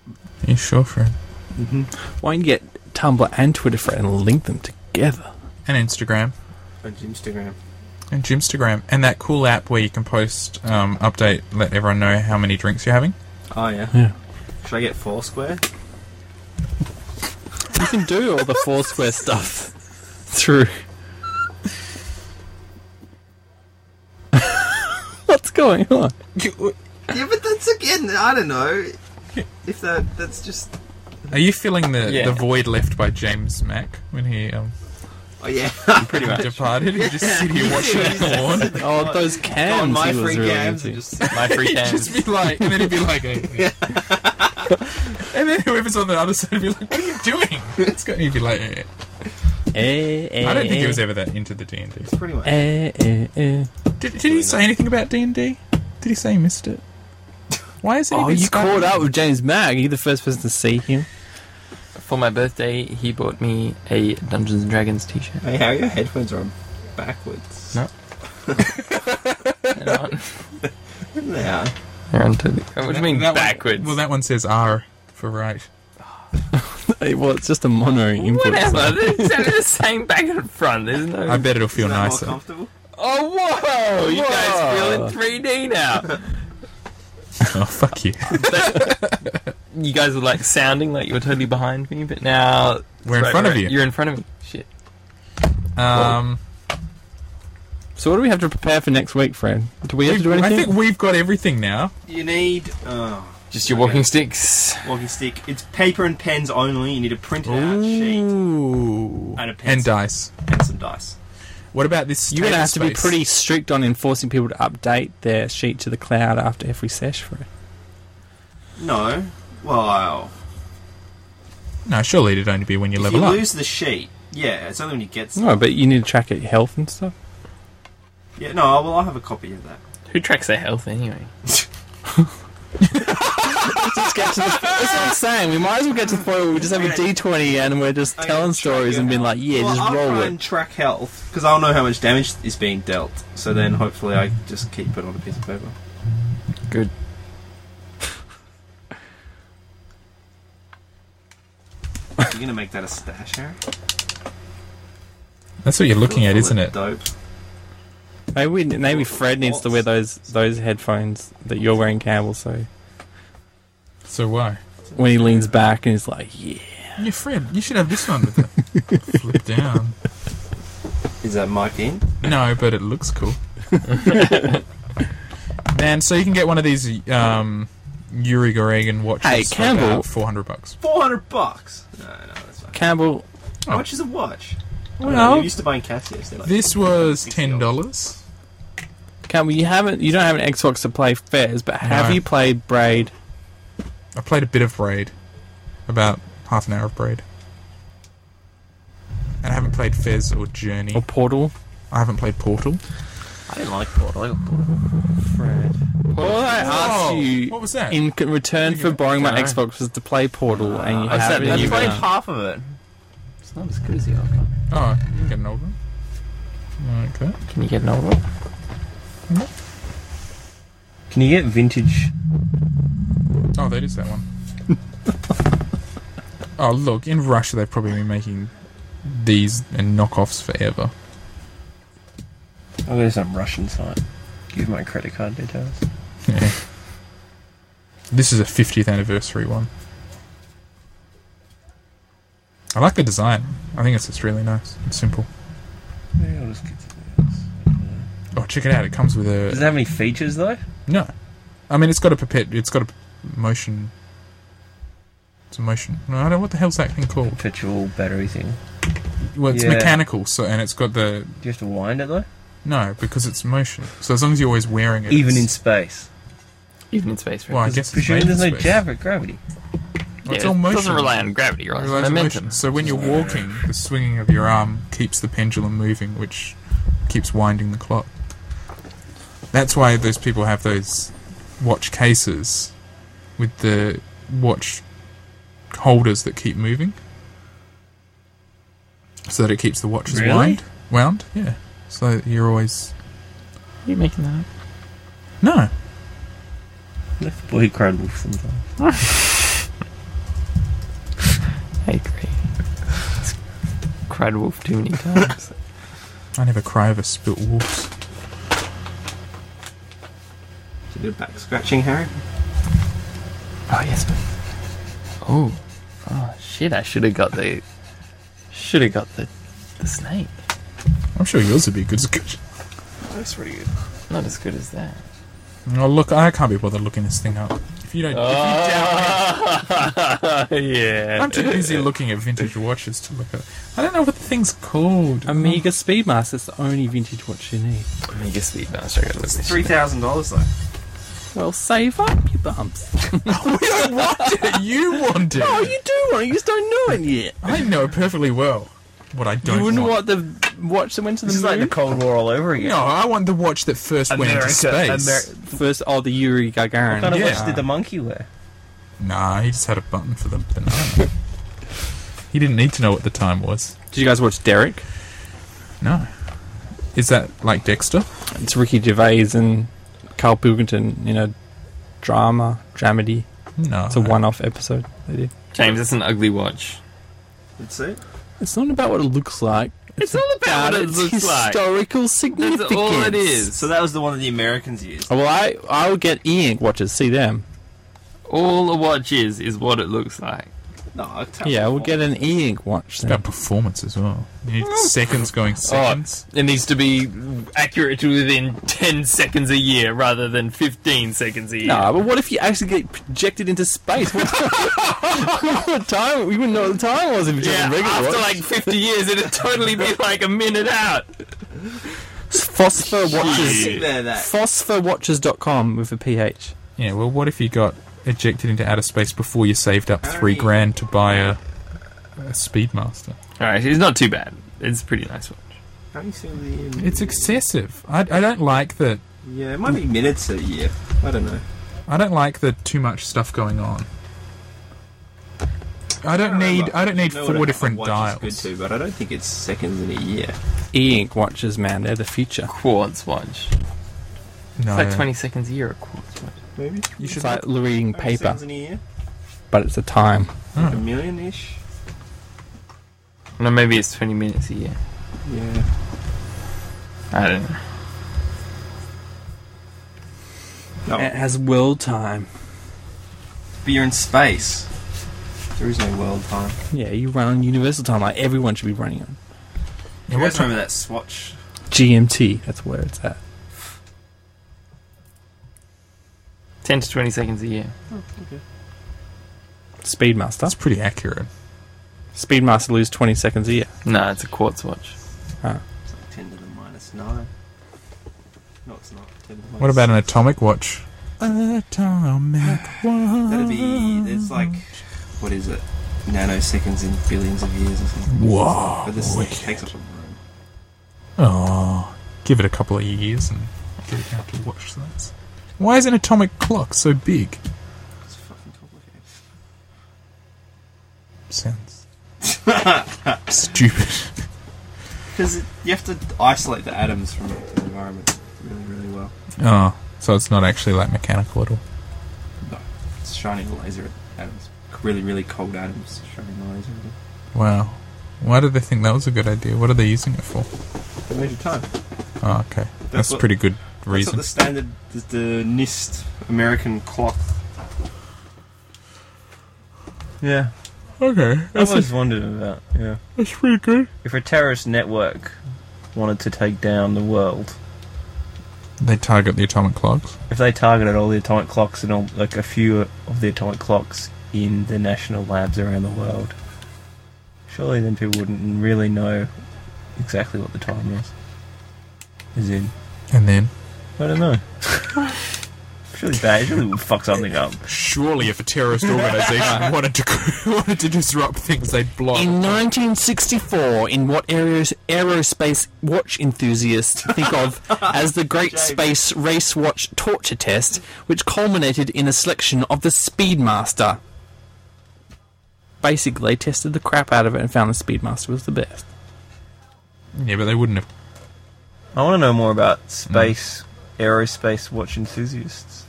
Are you sure, Fred?
Mm-hmm.
Why don't you get Tumblr and Twitter for it and link them together?
And Instagram.
on Instagram.
And Jimstagram. And that cool app where you can post, um, update, let everyone know how many drinks you're having.
Oh yeah.
Yeah.
Should I get Foursquare?
You can do all the Foursquare <laughs> stuff through. What's going on?
Yeah, but that's again. I don't know if that. That's just.
Are you feeling the,
Yeah.
the void left by James Mack when he um,
Oh yeah.
<laughs>
pretty much <laughs> departed? He just sit here
<laughs>
watching it porn.
Oh, those cans.
on my
he was
free
really
games.
into.
and Just,
My
<laughs>
free
He'd
cans.
just be like, and then he'd be like, "Hey, hey." and then whoever's on the other side would be like, "What are you doing?" It's got, he'd be like, "Eh,
Eh, eh,
eh." "I don't think
eh,
he was ever that into the D and D."
pretty much.
Eh, eh, eh.
Did, did he say anything about D and D? Did he say he missed it? Why is it?
Oh, you caught up with James Mag. Are you the first person to see him? <laughs>
For my birthday, he bought me a Dungeons and Dragons <laughs> T-shirt.
Hey, how your headphones are backwards?
They're on-
Yeah.
they're onto the- What do you mean
One,
backwards?
well, that one says R for right.
Eh, Well, it's just a mono input.
Whatever. <laughs>
so-
They're exactly the same back and front. There's no.
I bet it'll feel
Is that
nicer.
more comfortable?
oh whoa! You
Whoa.
guys feel in 3D <laughs> now.
<laughs> oh, fuck you.
you guys were like sounding like you were totally behind me, but now
We're in
Right,
front of
right,
you.
You're in front of me. Shit.
Um,
So, what do we have to prepare for next week, Fred? Do we have to do
I
anything?
think we've got everything now.
You need oh,
Just your
Okay.
walking sticks.
walking stick. It's paper and pens only. You need a printed out sheet
Ooh.
And a pencil.
And dice.
and some dice.
What about this?
You're gonna
table
have to be
space?
pretty strict on enforcing people to update their sheet to the cloud after every sesh, Fred.
No, well,
No, surely it'd only be when you
if
level
you
up.
lose the sheet, yeah, it's only when you get. Some.
No, but you need to track your health and stuff.
Yeah, no, well, I'll have a copy of that.
Who tracks their health anyway?
Let's get to the, <laughs> that's what I'm saying. We might as well get to the point where we just have a D20 and we're just
Okay,
telling
track
stories
your
and being like, yeah,
well,
just
I'll
roll
try
it.
and track health because I'll know how much damage is being dealt. So
Mm.
then, hopefully, I just keep it on a piece of paper. Good. <laughs> You're gonna make that a stash, Harry?
That's what you're <laughs> looking at,
Full of
isn't it?
Dope.
Maybe we, maybe Fred needs to wear those those headphones that you're wearing, Campbell. So
So why?
when he leans back and he's like, yeah,
Yeah, Fred, you should have this one with it. Flip down.
Is that mic in?
No, but it looks cool. Man, so you can get one of these um, Yuri Goregan watches
Hey,
for
Campbell.
about 400 bucks.
Four hundred bucks. No, no, that's fine.
Campbell,
Oh.
How much is a watch? I don't know,
Well,
you're used to buying Casios. They're like
this was
$60.
$10.
Campbell, you haven't you don't have an Xbox to play Fez, but have
No.
you played Braid?
I played a bit of Braid, about half an hour of Braid. And I haven't played Fez or Journey.
or Portal.
I haven't played Portal.
I didn't like Portal. I got Portal.
Fred.
All I asked
Whoa,
you
Oh, what was that?
in c- return for borrowing my Xbox was to play Portal, and you
I said
haven't.
that
and
you
you've
played
done.
half of it. It's not as good as the other one.
Oh, you can get an old one. Okay.
Can you get an old one?
Can you get vintage?
Oh, that is that one. oh, look, in Russia they've probably been making these and knockoffs forever.
I'll go to oh, some Russian site. Give my credit card details.
Yeah. This is a 50th anniversary one. I like the design. I think it's, it's really nice and simple.
Maybe I'll just get something else.
Oh, check it out. It comes with a.
Does it have any features though?
No, I mean it's got a perpet. It's got a motion. It's a motion. No, I don't. What the hell's that thing called?
Perpetual battery thing.
Well, it's
Yeah.
mechanical. So and it's got the
Do you have to wind it though?
no because it's motion. So as long as you're always wearing it,
Even in
it's-
space.
Even in space, right?
well, I
Because
guess it's made
presumably
in
there's no
space.
jab at gravity.
Well, it's
Yeah,
all
it
motion.
doesn't rely on gravity,
It
right?
relies on
Momentum.
motion. So when you're walking, the swinging of your arm keeps the pendulum moving, which keeps winding the clock. That's why those people have those watch cases with the watch holders that keep moving, so that it keeps the watches
Really?
wound. Wound, yeah. So that you're always
Are you making that up?
no.
Left boy cried wolf sometimes.
I agree. It's cried wolf too many times.
I never cry over spilt wolves.
Did you do back scratching, Harry?
<laughs> Oh yes. Oh. Oh shit! I should have got the. Should have got the, the snake.
I'm sure yours would be good as good.
That's pretty good. Not as good as that.
Oh look, I can't be bothered looking this thing up. If you don't, if you doubt me,
Ah.
yeah.
<laughs>
I'm too busy looking at vintage watches to look at. I don't know what the thing's called.
Amiga Speedmaster's the only vintage watch you need.
Mega Speedmaster. I gotta look this
Three thousand dollars though.
Well, save up your bumps.
we don't want it. You want
<laughs>
Oh,
it.
Oh, you do want it, you just don't know it yet.
I know perfectly well what I don't
You wouldn't
want.
want the watch that went to the
This is
moon?
like the Cold War all over again.
No, I want the watch that first went into space.
First, oh, the Yuri Gagarin.
What kind of
Yeah.
watch did the monkey wear?
Nah, he just had a button for the
<laughs>
banana. he didn't need to know what the time was.
Did you guys watch Derek?
No. Is that like Dexter?
It's Ricky Gervais and Carl Pilkington in a drama, dramedy.
No.
It's a one-off episode they did.
James, that's an ugly watch.
Let's see.
It's not about what it looks like. It's, not
about what it looks like.
historical significance.
That's all it is.
So that was the one that the Americans used.
Well, I I would get e-ink watches. See them.
All a watch is is what it looks like.
No, I can't
Yeah, we'll
recall.
get an e-ink watch. Then.
About performance as well. You need
Oh.
seconds going seconds.
Oh, It needs to be accurate to within 10 seconds a year rather than 15 seconds a year.
No, but what if you actually get projected into space? What <laughs> what time? We wouldn't know what the time was if you just
yeah,
a regular
after
watch.
like 50 years, it'd totally be like a minute out.
phosphor
Shit.
watches.
There, that.
phosphorwatches.com with a ph.
Yeah, well, what if you got ejected into outer space before you saved up three grand to buy a, a Speedmaster?
Alright, it's not too bad. It's a pretty nice watch.
Have you seen the? um,
It's excessive. I, I don't like that.
yeah, it might be minutes a year. I don't know.
I don't like the too much stuff going on. I don't need. I don't need
know
four
what a
different
watch Is
dials.
good too, but I don't think it's seconds in a year.
E-ink watches, man, they're the future.
Quartz watch. It's
No,
like 20 seconds a year, a quartz watch.
Maybe
you should
It's like reading paper,
seconds in a year,
but it's a time.
Hmm.
a million ish.
No, maybe it's 20 minutes a year.
Yeah.
I don't know.
No,
has world time.
But you're in space.
there is no world time.
Yeah, you run on universal time like everyone should be running on.
You guys remember that swatch?
GMT, that's where it's at.
10 to 20 seconds a year.
That's
Speedmaster.
pretty accurate.
Speedmaster lose 20 seconds <laughs> a year.
No, it's a quartz watch.
It's like 10 to the minus 9.
No, it's not.
What about an atomic watch?
<sighs>
Atomic watch.
That'd be. There's
<laughs>
like. What is it? Nanoseconds in billions of years or something.
Whoa.
But this
wicked.
takes up a room.
Oh, give it a couple of years and get it out to watch that. Why is an atomic clock so big?
It's fucking complicated.
<laughs> Sounds stupid.
Because you have to isolate the atoms from the environment really, really well.
Oh, so it's not actually like mechanical at all.
It's shining the laser at atoms. Really, really cold atoms. Shining the laser at them.
Wow. Why did they think that was a good idea? What are they using it for?
They measure time.
Oh, okay. That's,
what-
pretty good
That's what
reason.
the standard, the, the NIST American clock.
Yeah,
Okay.
I always wondered about. Yeah,
that's pretty good.
if a terrorist network wanted to take down the world,
They target the atomic clocks.
if they targeted all the atomic clocks and all like a few of the atomic clocks in the national labs around the world, surely then people wouldn't really know exactly what the time is. Is in.
And then.
I don't know. surely bad. Surely would fuck something up.
Surely, if a terrorist <laughs> organization wanted to wanted to disrupt things, they'd block.
In 1964, in what areas aerospace watch enthusiasts think <laughs> of as the Great Space Race Watch Torture Test, which culminated in a selection of the Speedmaster. Basically, they tested the crap out of it and found the Speedmaster was the best.
Yeah, but they wouldn't have.
I want to know more about space, aerospace watch enthusiasts.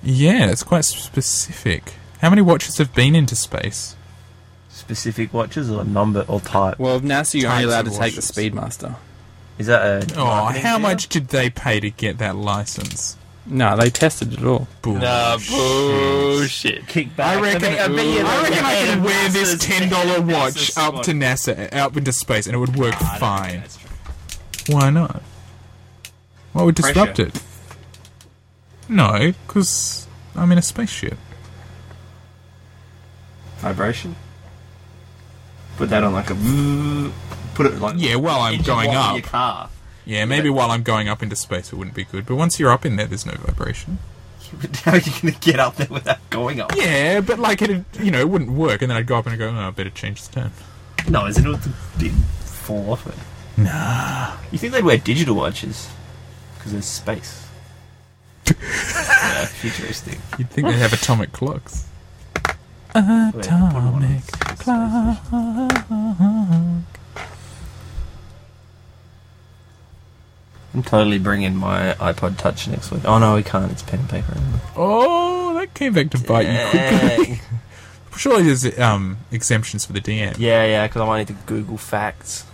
Yeah, it's quite specific. How many watches have been into space?
Specific watches or number or type?
Well, of NASA, you're only
only Types allowed
allowed
of
to
to
take
take
the
watches.
Speedmaster.
Is that a
Oh, how much did they pay to get that license?
No, they tested it all.
Bullshit.
Nah, bullshit.
Kick back.
I reckon. I, reckon I could wear this ten dollar watch Ah, up to NASA, up into space, and it would work fine. Why not? What would disrupt
Pressure.
it? No, because I'm in a spaceship.
Vibration. Put that on like a. Put it like.
Yeah, while I'm
engine
going
while
up.
in Your car. <laughs>
Yeah, maybe while I'm going up into space, it wouldn't be good. But once you're up in there, there's no vibration.
How are you going to get up there without going up?
Yeah, but like it, you know, it wouldn't work. And then I'd go up and I'd go, oh, I better change the turn.
No, isn't it with the fall off it? Nah. You think they'd wear digital watches? Because there's
<laughs>
space. yeah, futuristic.
You'd think they'd have atomic clocks.
Wait, I wonder what
Atomic
else is-
clock.
I'm totally bringing my iPod Touch next week. Oh no, we can't. It's pen and paper.
Oh, that came back to bite you quickly.
Dang.
<laughs> Surely there's um, exemptions for the DM.
<laughs> yeah, yeah. Because I might need to Google facts.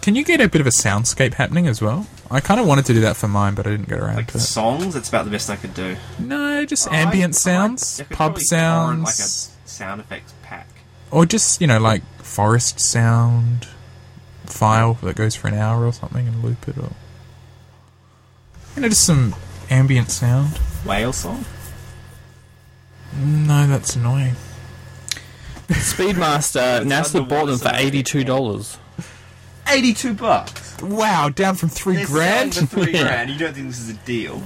Can you get a bit of a soundscape happening as well? I kind of wanted to do that for mine, but I didn't get around
Like
to it.
songs. That's about the best I could do.
No, just ambient sounds, pub
Like a
sounds,
sound effects pack.
or just you know like forest sound file that goes for an hour or something and loop it, or you know just some ambient sound.
Whale song.
No, that's annoying.
Speedmaster NASA bought them for
underwater
eighty-two dollars.
Eighty-two bucks.
Wow, down from 3
They're selling
grand. <laughs>
For three grand. You don't think this is a deal?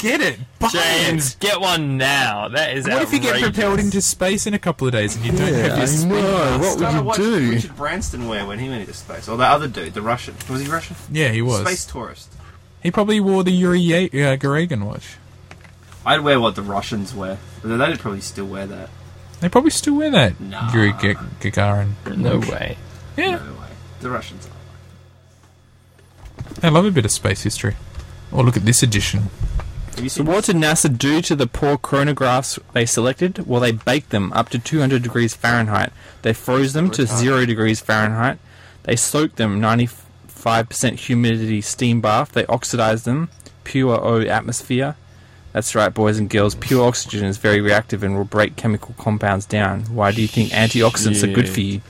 Get it, buy
James,
it.
get one now. That is
What if you get
outrageous.
propelled into space in a couple of days and you don't have your
know.
Gotta watch Richard Branson wear when he went into space, or the other dude, the Russian. Was he Russian?
Yeah, he was.
Space tourist.
He probably wore the Yuri Ye- uh, Gagarin watch.
I'd wear what the Russians wear. They'd probably still wear that.
They probably still wear that
Nah.
Yuri Ga- Gagarin.
No way.
Yeah,
No way. The Russians. Are.
I love a bit of space history. Oh, look at this edition.
Have you
So
seen?
what did NASA do to the poor chronographs they selected? Well, they baked them up to 200 degrees Fahrenheit. They froze them to zero degrees Fahrenheit. They soaked them 95% humidity steam bath. They oxidized them. Pure O atmosphere. That's right, boys and girls. Pure oxygen is very reactive and will break chemical compounds down. Why do you think antioxidants are good for you?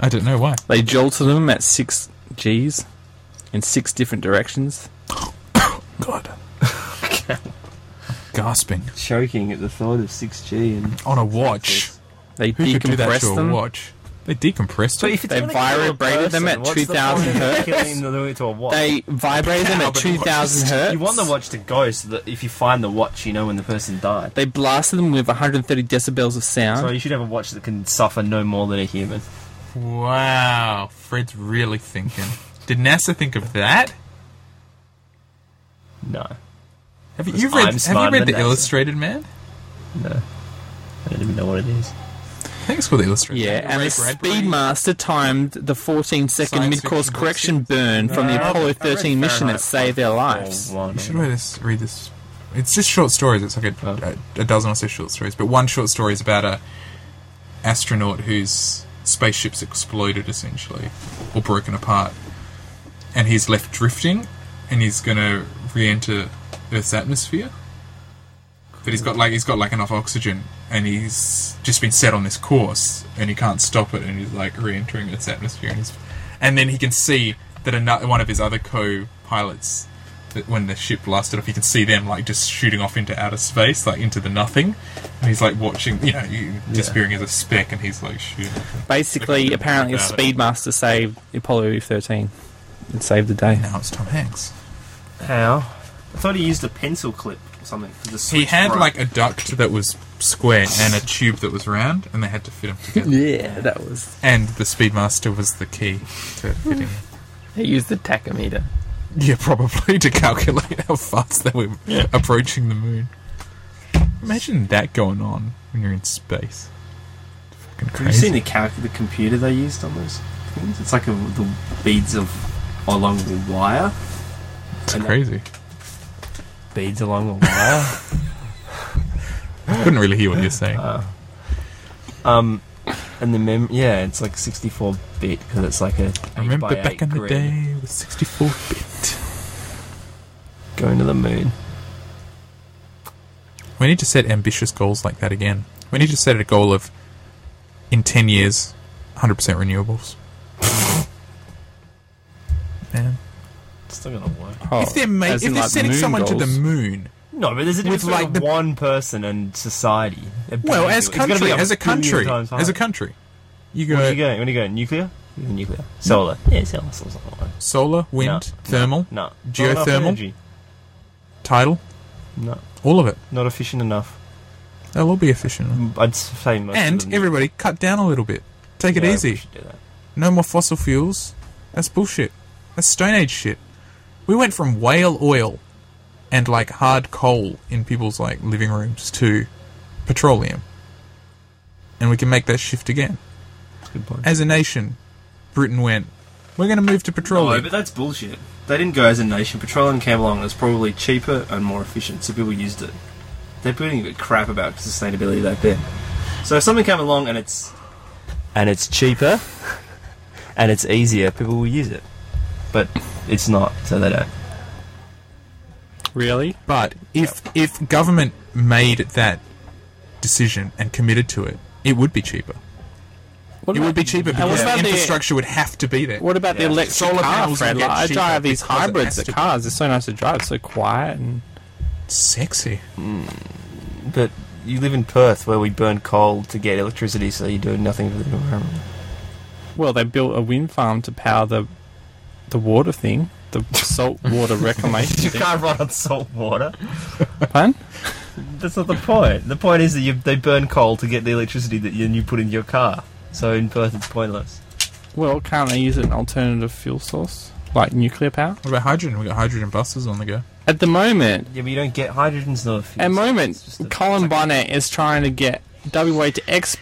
I don't know why.
They jolted them at 6 Gs in six different directions.
<laughs>
God. Gasping.
choking at the thought of 6G and
On a watch.
They
Who could do that to
decompressed
a
them.
watch? They decompressed
But
it.
if it's
They
gonna kill a
vibrated them at
person, what's the point
2000
in
hertz?
<laughs> Killing them to a watch.
They vibrated them
How
at
many <laughs>
2,000 hertz.
you want the watch to go so that if you find the watch, you know when the person died.
They blasted them with 130 decibels of sound.
So you should have a watch that can suffer no more than a human.
Wow. Fred's really thinking. Did NASA think of that?
No,
Have you
Because
you've read,
I'm
have you
smarter
read The
than NASA.
Illustrated Man?
no. I don't even know what it is.
I think it's called The Illustrated
yeah,
Man.
and the
Ray Bradbury.
Speedmaster timed the 14 second
Science
mid course
fiction
correction burn from the
No, Oh, I
Apollo
read- I read
13 mission
Fahrenheit
that saved their lives.
Or one.
You should read this. Read this. It's just short stories. It's like a, a, a dozen or so short stories, but one short story is about a astronaut whose spaceship's exploded essentially or broken apart, and he's left drifting, and he's gonna re-enter Earth's atmosphere. But he's got like he's got like enough oxygen, and he's just been set on this course, and he can't stop it, and he's like re-entering Earth's atmosphere, and, he's, and then he can see that another one of his other co-pilots, that when the ship blasted off, you can see them like just shooting off into outer space, like into the nothing, and he's like watching, you know, you disappearing as a speck, and he's like shooting.
Basically,
Looking
apparently,
about it.
Speedmaster saved Apollo 13. It saved the day.
Now it's Tom Hanks.
How? I thought he used a pencil clip or something. 'cause the
He
switch
had
broke.
like a duct that was square and a tube that was round, and they had to fit them <laughs> together.
Yeah, that was.
And the Speedmaster was the key to fitting.
They used the tachometer.
Yeah, probably <laughs> to calculate how fast they were approaching the moon. Imagine that going on when you're in space. Fucking
Have you seen
crazy.
the cal- the computer they used on those things? It's like a, the beads of along the wire.
It's crazy.
Beads along the wire.
<gasps> Uh,
I couldn't really hear what you're saying.
um, <laughs> and the mem yeah, it's like 64 bit because it's like a.
I remember
8 by
back
8
in the
grid.
day with 64 bit.
going to the moon.
We need to set ambitious goals like that again. We need to set a goal of in 10 years, 100%
<laughs>
renewables. Man.
It's not gonna work.
Oh,
if they're, ma- if
as in,
they're
like,
sending
moon
someone to
goals.
the moon.
No, but there's a
With,
difference between
like, the-
one person and society. A
Well,
billion people. It's
as
gonna
country,
be
as a
billion
country,
times
as a
higher.
country, you
What are you
go
going? What are you going? Nuclear? Yeah, Nuclear. Solar. Yeah, solar. solar, solar.
solar, wind,
No,
thermal,
No. Not enough
Geothermal?
energy.
tidal,
No.
all of it.
Not efficient enough.
They'll all be efficient.
Mm, I'd say most. of
And
them-
everybody cut down a little bit. Take it
Yeah, we
easy.
should do that.
No more fossil fuels. That's bullshit. That's Stone Age shit. We went from whale oil and like hard coal in people's like living rooms to petroleum. And we can make that shift again.
Good point.
As a nation, Britain went, we're going to move to
No,
petroleum.
Oh, but that's bullshit. They didn't go as a nation. Petroleum came along and it's probably cheaper and more efficient, so people used it. They're putting a bit crap about sustainability back then. So if something came along and it's and it's cheaper <laughs> and it's easier, people will use it. But it's not, so they don't.
Really?
But if if government made that decision and committed to it, it would be cheaper.
What
It
about-
would be cheaper
what
because
about
the
the-
infrastructure would have to be there.
What about the electric
Solar
car,
panels
Fred?
will get
Like, I
cheaper
drive these
because it
hybrids,
has
the
to.
cars. They're so nice to drive, so quiet. And
Sexy.
But you live in Perth where we burn coal to get electricity, so you're doing nothing for the environment.
well, they built a wind farm to power the the water thing, the salt water reclamation
<laughs> You
thing.
can't run on salt water.
Pardon?
That's not the point. The point is that you, they burn coal to get the electricity that you, you put in your car. So in Perth, it's pointless.
Well, can't they use an alternative fuel source like nuclear power?
What about hydrogen? We got hydrogen buses on the go.
At the moment,
Yeah, but you don't get hydrogen's not a fuel.
at the
It's
moment,
just a-
Colin Bonnet is trying to get WA to ex.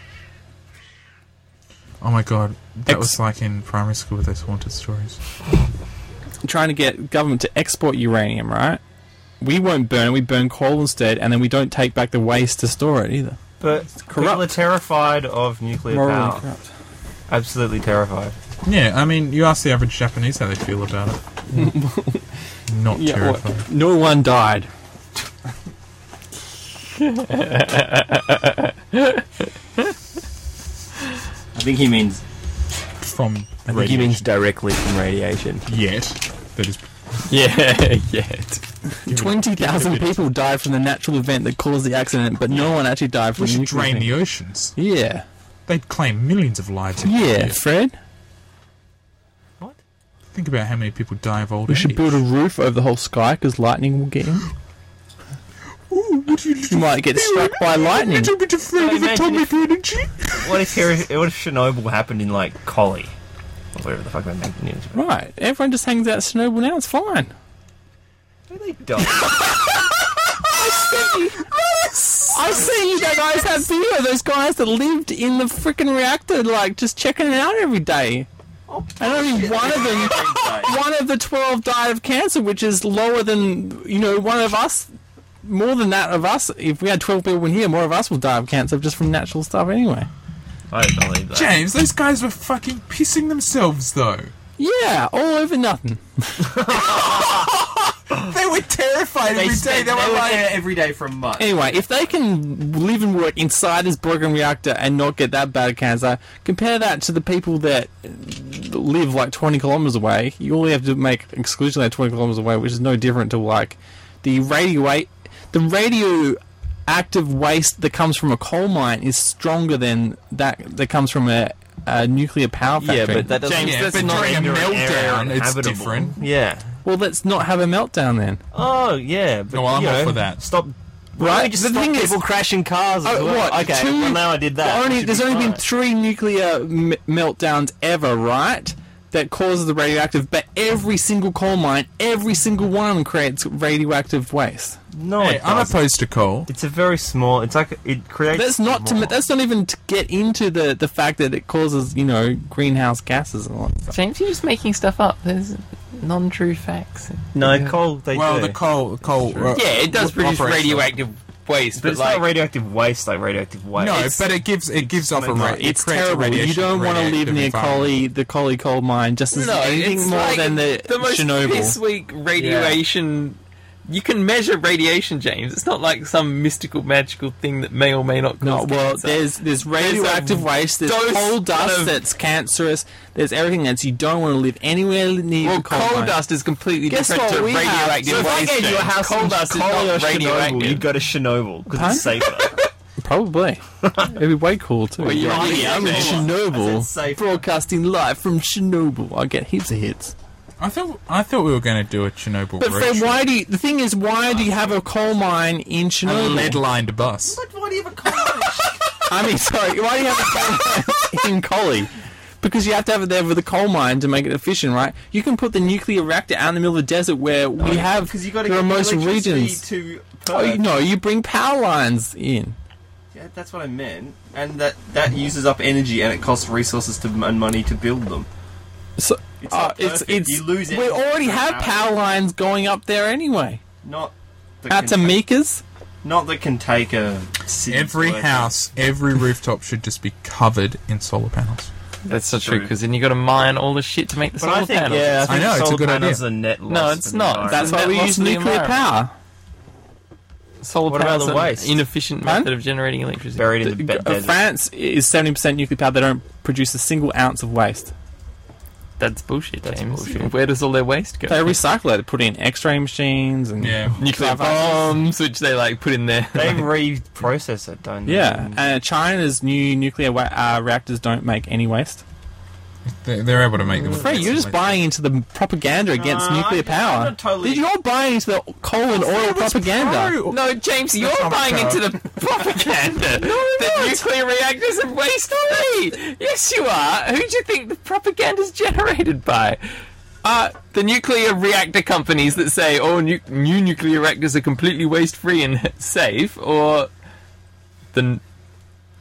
Oh my god, that
Ex-
was like in primary school with those haunted stories.
trying to get government to export uranium, right? We won't burn it. We burn coal instead, and then we don't take back the waste to store it either.
but people are
corrupt.
terrified of nuclear
Morally
power.
corrupt.
Absolutely terrified.
Yeah, I mean, you ask the average Japanese how they feel about it.
<laughs>
Not
Yeah, what-
terrified.
no one died.
I think he means.
From
I think he means directly from radiation.
Yes. That is.
<laughs> Yeah, yet. <laughs> 20,000 people died from the natural event that caused the accident, but no one actually died from
We
the
should
nuclear
drain
thing.
the oceans.
Yeah.
They'd claim millions of lives. every
Yeah,
year.
Fred.
Think about how many people die of old
We
age.
should build a roof over the whole sky because lightning will get in.
Ooh, would you
You might get struck by lightning.
little bit afraid of
Imagine
atomic energy?
What if Hiro- what if Chernobyl happened in like Collie, or whatever the fuck that thing is?
Right. Everyone just hangs out at Chernobyl now. It's fine.
Don't They die.
I've seen you guys have video of those guys that lived in the freaking reactor, like just checking it out every day. And only one of them, one of the twelve died of cancer, which is lower than you know one of us. More than that of us, if we had twelve people in here, more of us will die of cancer just from natural stuff anyway.
I don't believe that.
James, those guys were fucking pissing themselves though.
Yeah, all over nothing.
They were terrified every day. They were like,
every day for a month.
Anyway, if they can live and work inside this broken reactor and not get that bad cancer, compare that to the people that live like 20 kilometers away. You only have to make exclusion that 20 kilometers away, which is no different to like the radio the radioactive waste that comes from a coal mine is stronger than that that comes from a, a nuclear power factory.
Yeah, but that doesn't.
yeah, but during a meltdown, it's
habitable.
different.
Yeah.
well, let's not have a meltdown then.
Oh yeah. But,
No, well, I'm
you
all
know,
for that.
Stop.
Right?
Right. Just
The
stop
thing is-
people crashing cars. As
Oh,
well.
what?
Okay.
Two-
well, now I did that.
Well,
I
only,
should
there's
be
only been
fine.
three nuclear m- meltdowns ever, right? That causes the radioactive, but every single coal mine, every single one creates radioactive waste.
No,
hey,
it
I'm
doesn't.
opposed to coal.
It's a very small. It's like it creates.
That's not to,
more.
that's not even to get into the, the fact that it causes you know greenhouse gases and all that stuff.
James, you're just making stuff up. There's non-true facts.
No coal. They
Well,
do.
the coal, coal. uh,
Yeah, it does
w- operates
produce
on-
radioactive waste,
But
but,
it's
like
not radioactive waste like radioactive waste.
No,
It's-
but it gives it gives off a
no,
ra- it
It's
creates a
terrible. You
radiation-
don't want to live
radioactive
near
environment.
Collie, the Collie coal e- mine, just as
no, it's
anything more
like
than the,
the most
Chernobyl.
piss weak radiation. You can measure radiation, James. It's not like some mystical, magical thing that may or may not cause
No, well,
cancer.
there's there's radioactive waste, there's
dose
coal dust
of-
that's cancerous, there's everything that's you don't want to live anywhere near
well,
the coal,
coal,
mine.
dust is completely
Guess
different
what
to
we have?
radioactive
So if I
waste.
gave you a
James.
house
coal
in
dust is
Coal or
not
Chernobyl,
radioactive.
You'd go to Chernobyl because it's safer.
<laughs>
Probably. It'd be way cool too.
Well, you're
Yeah,
right,
I'm in
yeah.
I said
Chernobyl,
safe.
broadcasting live from Chernobyl. I get heaps of hits.
I thought I thought we were going to do a Chernobyl.
But
road
Fred,
trip.
why do you, the thing is? Why do you have a coal mine in
a
Chernobyl?
lead-lined bus?
I mean, <laughs> sorry, why do you have a coal
<laughs>
mine in Collie? Because you have to have it there with a coal mine to make it efficient, right? You can put the nuclear reactor out in the middle of the desert where we have
Because you got to
there
get
are most
electricity
regions.
to.
Oh, you, no, you bring power lines in.
Yeah, that's what I meant, and that that uses up energy and it costs resources to, and money to build them.
So
It's
uh,
not
it's
perfect.
it's
You lose
we
energy
already
from
have
power.
power lines going up there anyway.
Not that
Out to
can take-
Mika's.
Not that can take a city's
Every
worth of-
house, every rooftop should just be covered in solar panels.
That's so true
True.
because then you got to mine all the shit to make the
But
solar
I think
panels.
yeah, I,
I
think
know, it's a
solar
good
panels
idea.
are net loss.
No, it's
for the
not.
environment.
That's why
that
we
loss
use
of the
nuclear
environment.
power.
Solar
What about
panels
the
are
waste?
an inefficient
Huh?
method of generating electricity.
buried in the
Uh,
bed desert.
France is seventy percent nuclear power. They don't produce a single ounce of waste.
That's bullshit, James.
bullshit.
Where does all their waste go?
They recycle it, They put in X-ray machines, and
nuclear bombs, which they like put in there.
they reprocess it, don't they?
yeah. Uh, China's new nuclear wa- uh, reactors don't make any waste.
They're, they're able to make them.
Fred, you're just buying into the propaganda against
No,
nuclear
I'm-
power.
I'm not totally-
Did you're buying into the coal and oil propaganda?
No, James, you're
not
buying
true.
into the
<laughs>
propaganda that nuclear reactors are waste free. Yes, you are. Who do you think the propaganda's generated by? Uh, the nuclear reactor companies that say all nu- new nuclear reactors are completely waste free and <laughs> safe, or the, n-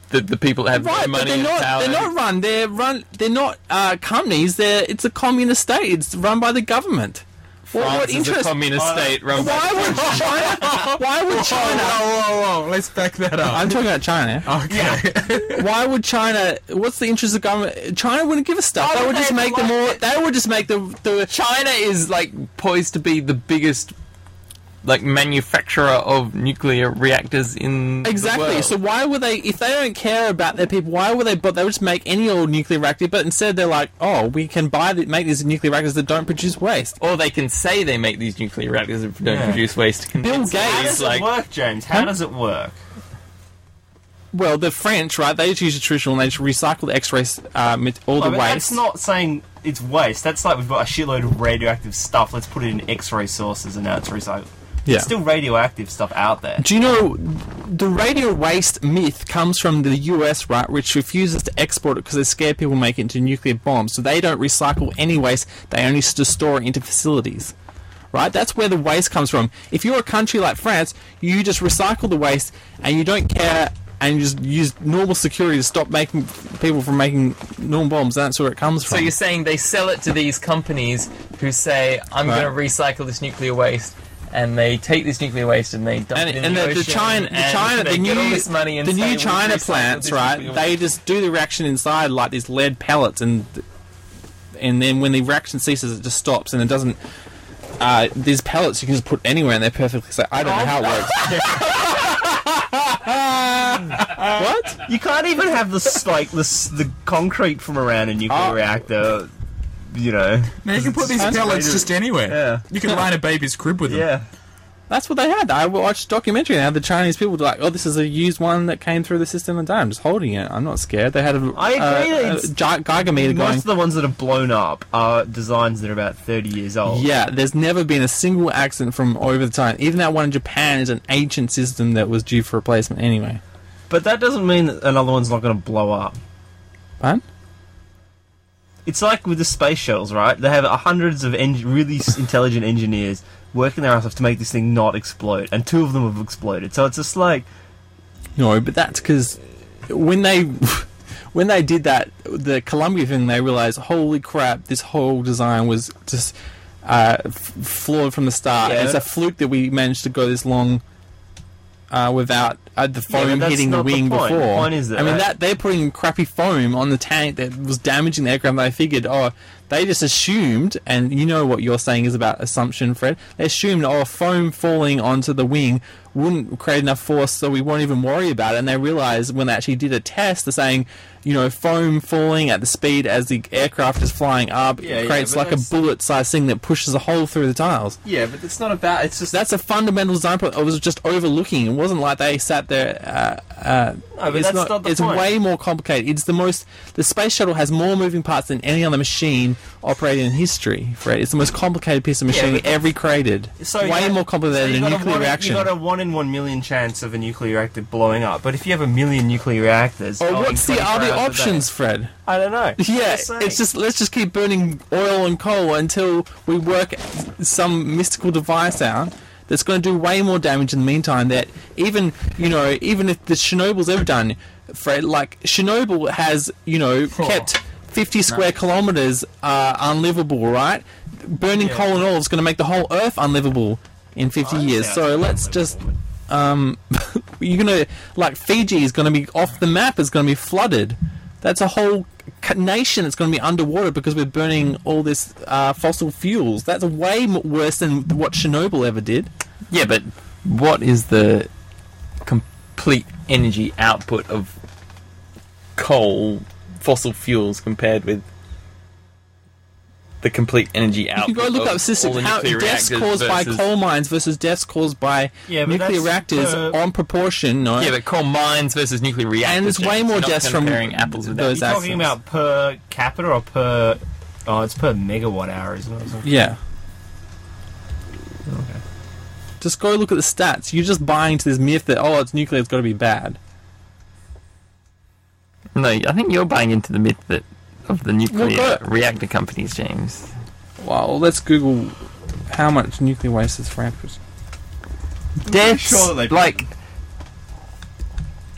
the the people that have
Right, but
money
they're
and
not.
power.
They're not run. They're run. They're not uh, companies. They're. It's a communist state. It's run by the government. What,
France
what
is
interest?
a communist state run by
why <laughs> would China? Why would China?
whoa, whoa! Let's back that up.
I'm talking about China.
okay.
why would China? What's the interest of government? China wouldn't give a stuff. They would just make them all. They would just make the the.
China is like poised to be the biggest like manufacturer of nuclear reactors in The
Exactly.
world.
So why would they? If they don't care about their people, why would they? But they would just make any old nuclear reactor. But instead, they're like, oh, we can buy the, make these nuclear reactors that don't produce waste.
or they can say they make these nuclear reactors that don't
Yeah.
produce waste. to
Bill
convince
How
Gates.
does
It's like-
it work, James? How does it work?
Well, the French, right? They just use the traditional. and They just recycle the X-ray, uh, mat- all
I
the
mean,
waste.
Oh, That's not saying it's waste. That's like we've got a shitload of radioactive stuff. Let's put it in X-ray sources, and now it's recycled.
yeah.
It's still radioactive stuff out there.
Do you know the radio waste myth comes from the US, right? Which refuses to export it because they scare people make it into nuclear bombs. So they don't recycle any waste; they only s- just store it into facilities. Right? That's where the waste comes from. If you're a country like France, you just recycle the waste and you don't care, and you just use normal security to stop making people from making normal bombs. That's where it comes
So
from.
you're saying they sell it to these companies who say, "I'm
Right.
going to recycle this nuclear waste." And they take this nuclear waste and they dump
and,
it in
and
the,
the, the
ocean,
China, the
and
China,
they
the new,
get all this money and
the
say,
new
"We've
China
recycled
plants,
this
right?
nuclear
They just do the reaction inside like these lead pellets, and and then when the reaction ceases, it just stops, and it doesn't. Uh, these pellets you can just put anywhere, and they're perfectly safe. I don't know how it
<laughs>
works. what?
You can't even have the s- like the s- the concrete from around a nuclear
Oh.
reactor. You know.
<laughs> Now you can put these pellets just anywhere.
Yeah.
You can line a baby's crib with them.
Yeah.
That's what they had. I watched a documentary and how the Chinese people were like, "Oh, this is a used one that came through the system and died. I'm just holding it. I'm not scared." They had a,
I agree,
uh, a
it's-
Gi- Geiger meter
Most
going.
of the ones that are blown up are designs that are about thirty years old.
Yeah, there's never been a single accident from over the time. Even that one in Japan is an ancient system that was due for replacement anyway.
But that doesn't mean that another one's not going to blow up.
Pardon?
It's like with the space shuttles, right? They have hundreds of en- really s- intelligent engineers working their ass off to make this thing not explode, and two of them have exploded. So it's just like
No, but that's because when they <laughs> when they did that, the Columbia thing, they realized, holy crap, this whole design was just uh, f- flawed from the start.
Yeah.
It's a fluke that we managed to go this long uh, without uh, the
but
foam
that's
hitting the
not the
wing
point.
before.
The point is that
I mean
that-
that they're putting crappy foam on the tank that was damaging the aircraft. They figured, oh, they just assumed, and you know what you're saying is about assumption, Fred. They assumed, oh, foam falling onto the wing wouldn't create enough force, so we won't even worry about it. And they realized when they actually did a test, they're saying, you know, foam falling at the speed as the aircraft is flying up
Yeah, yeah,
creates
but
like a
that's-
bullet-sized thing that pushes a hole through the tiles.
Yeah, but it's not about. It's just
That's a fundamental design problem. I was just overlooking. It wasn't like they sat there. Uh, uh,
but
it's
that's not the
It's
point.
way more complicated. It's the most. The space shuttle has more moving parts than any other machine operating in history. Fred, it's the most complicated piece of machinery
but-
ever created.
so
way
you-
more
so
complicated
you
than a
got a
nuclear
one,
reaction.
You got a one in one million chance of a nuclear reactor blowing up, but if you have a million nuclear reactors,
Or
going
Oh, what's the
24
other
hours a day-
options, Fred?
I don't <laughs> know.
Yeah,
Just saying.
it's just let's just keep burning oil and coal until we work some mystical device out that's going to do way more damage in the meantime. That even you know, even if the Chernobyl's ever done, Fred, like Chernobyl has you know kept fifty square kilometers uh, unlivable, right? Burning coal and oil is going to make the whole Earth unlivable in fifty years. So let's just um, <laughs> you're gonna like Fiji is gonna be off the map. It's gonna be flooded. That's a whole c- nation that's gonna be underwater because we're burning all this uh, fossil fuels. That's way m- worse than what Chernobyl ever did.
Yeah, but what is the complete energy output of coal, fossil fuels, compared with the complete energy output?
You go look
of
up statistics
all the
how
nuclear
deaths
reactors
caused by
versus-
coal mines versus deaths caused by
Yeah, but
nuclear
that's
reactors
the-
on proportion. No,
Yeah, but coal mines versus nuclear reactors.
and there's way
James.
more
You're not
deaths from
comparing apples with
those
apples.
You're talking
accidents.
about per capita or per? Oh, it's per megawatt hour, isn't it? or something?
Yeah. Just go look at the stats. You're just buying to this myth that oh, it's nuclear, it's got to be bad.
No, I think you're buying into the myth that of the nuclear
Well, but-
reactor companies, James.
Well, let's Google how much nuclear waste is Frankfurt.
Deaths,
sure they-
like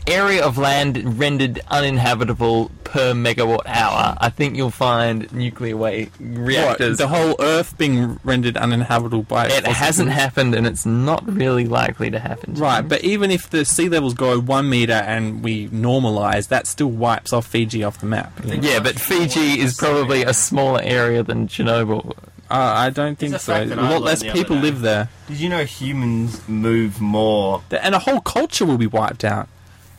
area of land rendered uninhabitable per megawatt hour. I think you'll find nuclear way reactors.
the whole Earth being rendered uninhabitable by
it
fossil
hasn't
fuels?
happened, and it's not really likely to happen.
Right, but even if the sea levels go one meter and we normalize, that still wipes off Fiji off the map. Uh,
yeah, but Fiji is probably a smaller area than Chernobyl.
Uh, I don't think
a
so. A
fact that I
lot
learned
less
the other
people
day.
live there,
Did you know humans move more?
Th- and a whole culture will be wiped out.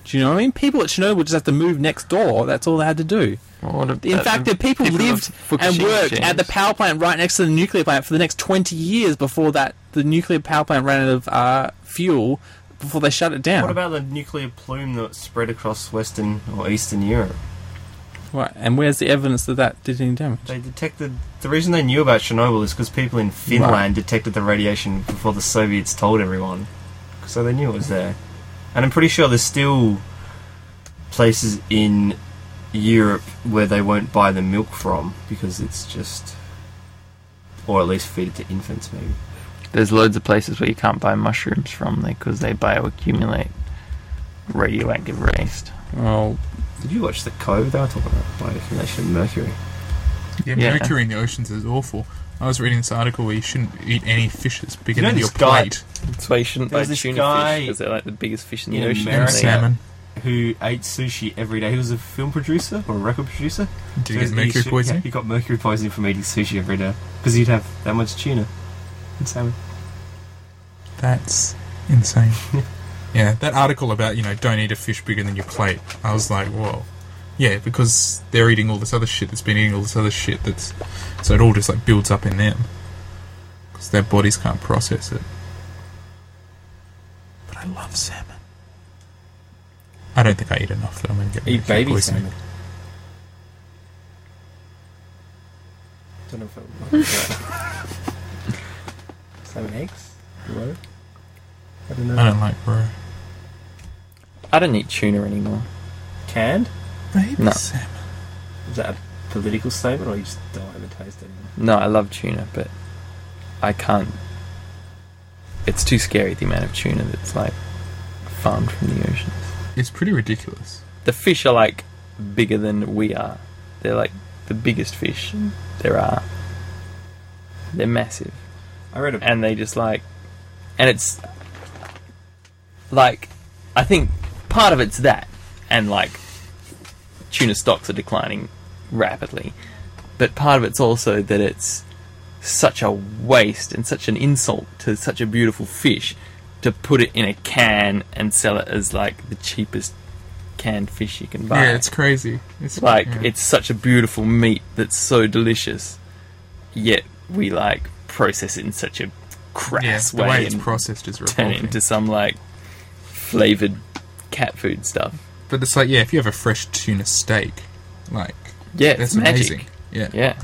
Do you know what I mean? People at Chernobyl just have to move next door. That's all they had to do.
What if-
In fact, the people,
Uh, people
lived
of
and
Fukushima,
worked at
James.
the power plant right next to the nuclear plant for the next 20 years before that the nuclear power plant ran out of uh, fuel before they shut it down.
What about the nuclear plume that spread across Western or Eastern Europe?
right, and where's the evidence that that did any damage?
They detected the reason they knew about Chernobyl is because people in Finland detected the radiation before the Soviets told everyone, so they knew it was there. And I'm pretty sure there's still places in Europe where they won't buy the milk from because it's just, or at least feed it to infants maybe.
There's loads of places where you can't buy mushrooms from because they bioaccumulate radioactive waste.
Oh,
Well,
Did you watch the Cove? They were talking about bioaccumulation of mercury.
Yeah,
Yeah.
mercury in the oceans is awful. I was reading this article where you shouldn't eat any fish that's bigger
You know
than
this
your
guy-
plate.
That's why you shouldn't
There
buy
was this
tuna
guy
fish because they're like the biggest fish in the
in
ocean.
And
America.
They are-
salmon.
Who ate sushi every day? He was a film producer or a record producer.
Did you get
So
mercury
should-
poisoning?
Yeah, he got mercury poisoning from eating sushi every day because he'd have that much tuna and salmon.
That's insane. <laughs> yeah, that article about, you know, don't eat a fish bigger than your plate. I was like, whoa. Yeah, because they're eating all this other shit that's been eating all this other shit that's. So it all just, like, builds up in them. Because their bodies can't process it. But I love salmon. I don't think I eat enough that I'm going to get mercury poisoning.
Don't know if that <laughs> salmon eggs. Roe. I don't know.
I don't like bro.
I don't eat tuna anymore.
Canned?
Baby
No.
salmon.
Is that a political statement, or you just don't like the taste anymore?
No, I love tuna, but I can't. It's too scary the amount of tuna that's like farmed from the oceans.
It's pretty ridiculous.
The fish are like bigger than we are. They're like the biggest fish there are. They're massive, <laughs>
I read a
and they just like, and it's like, I think part of it's that, and like, tuna stocks are declining rapidly, but part of it's also that it's such a waste and such an insult to such a beautiful fish to put it in a can and sell it as like the cheapest canned fish you can buy.
Yeah, it's crazy. It's
like
yeah.
it's such a beautiful meat that's so delicious, yet we like process it in such a
yeah,
crass
the way,
way,
it's
and
processed is
turn it
revolting.
into some like flavored cat food stuff.
But it's like, yeah, if you have a fresh tuna steak, like
Yeah, it's
that's
magic.
amazing. Yeah,
Yeah,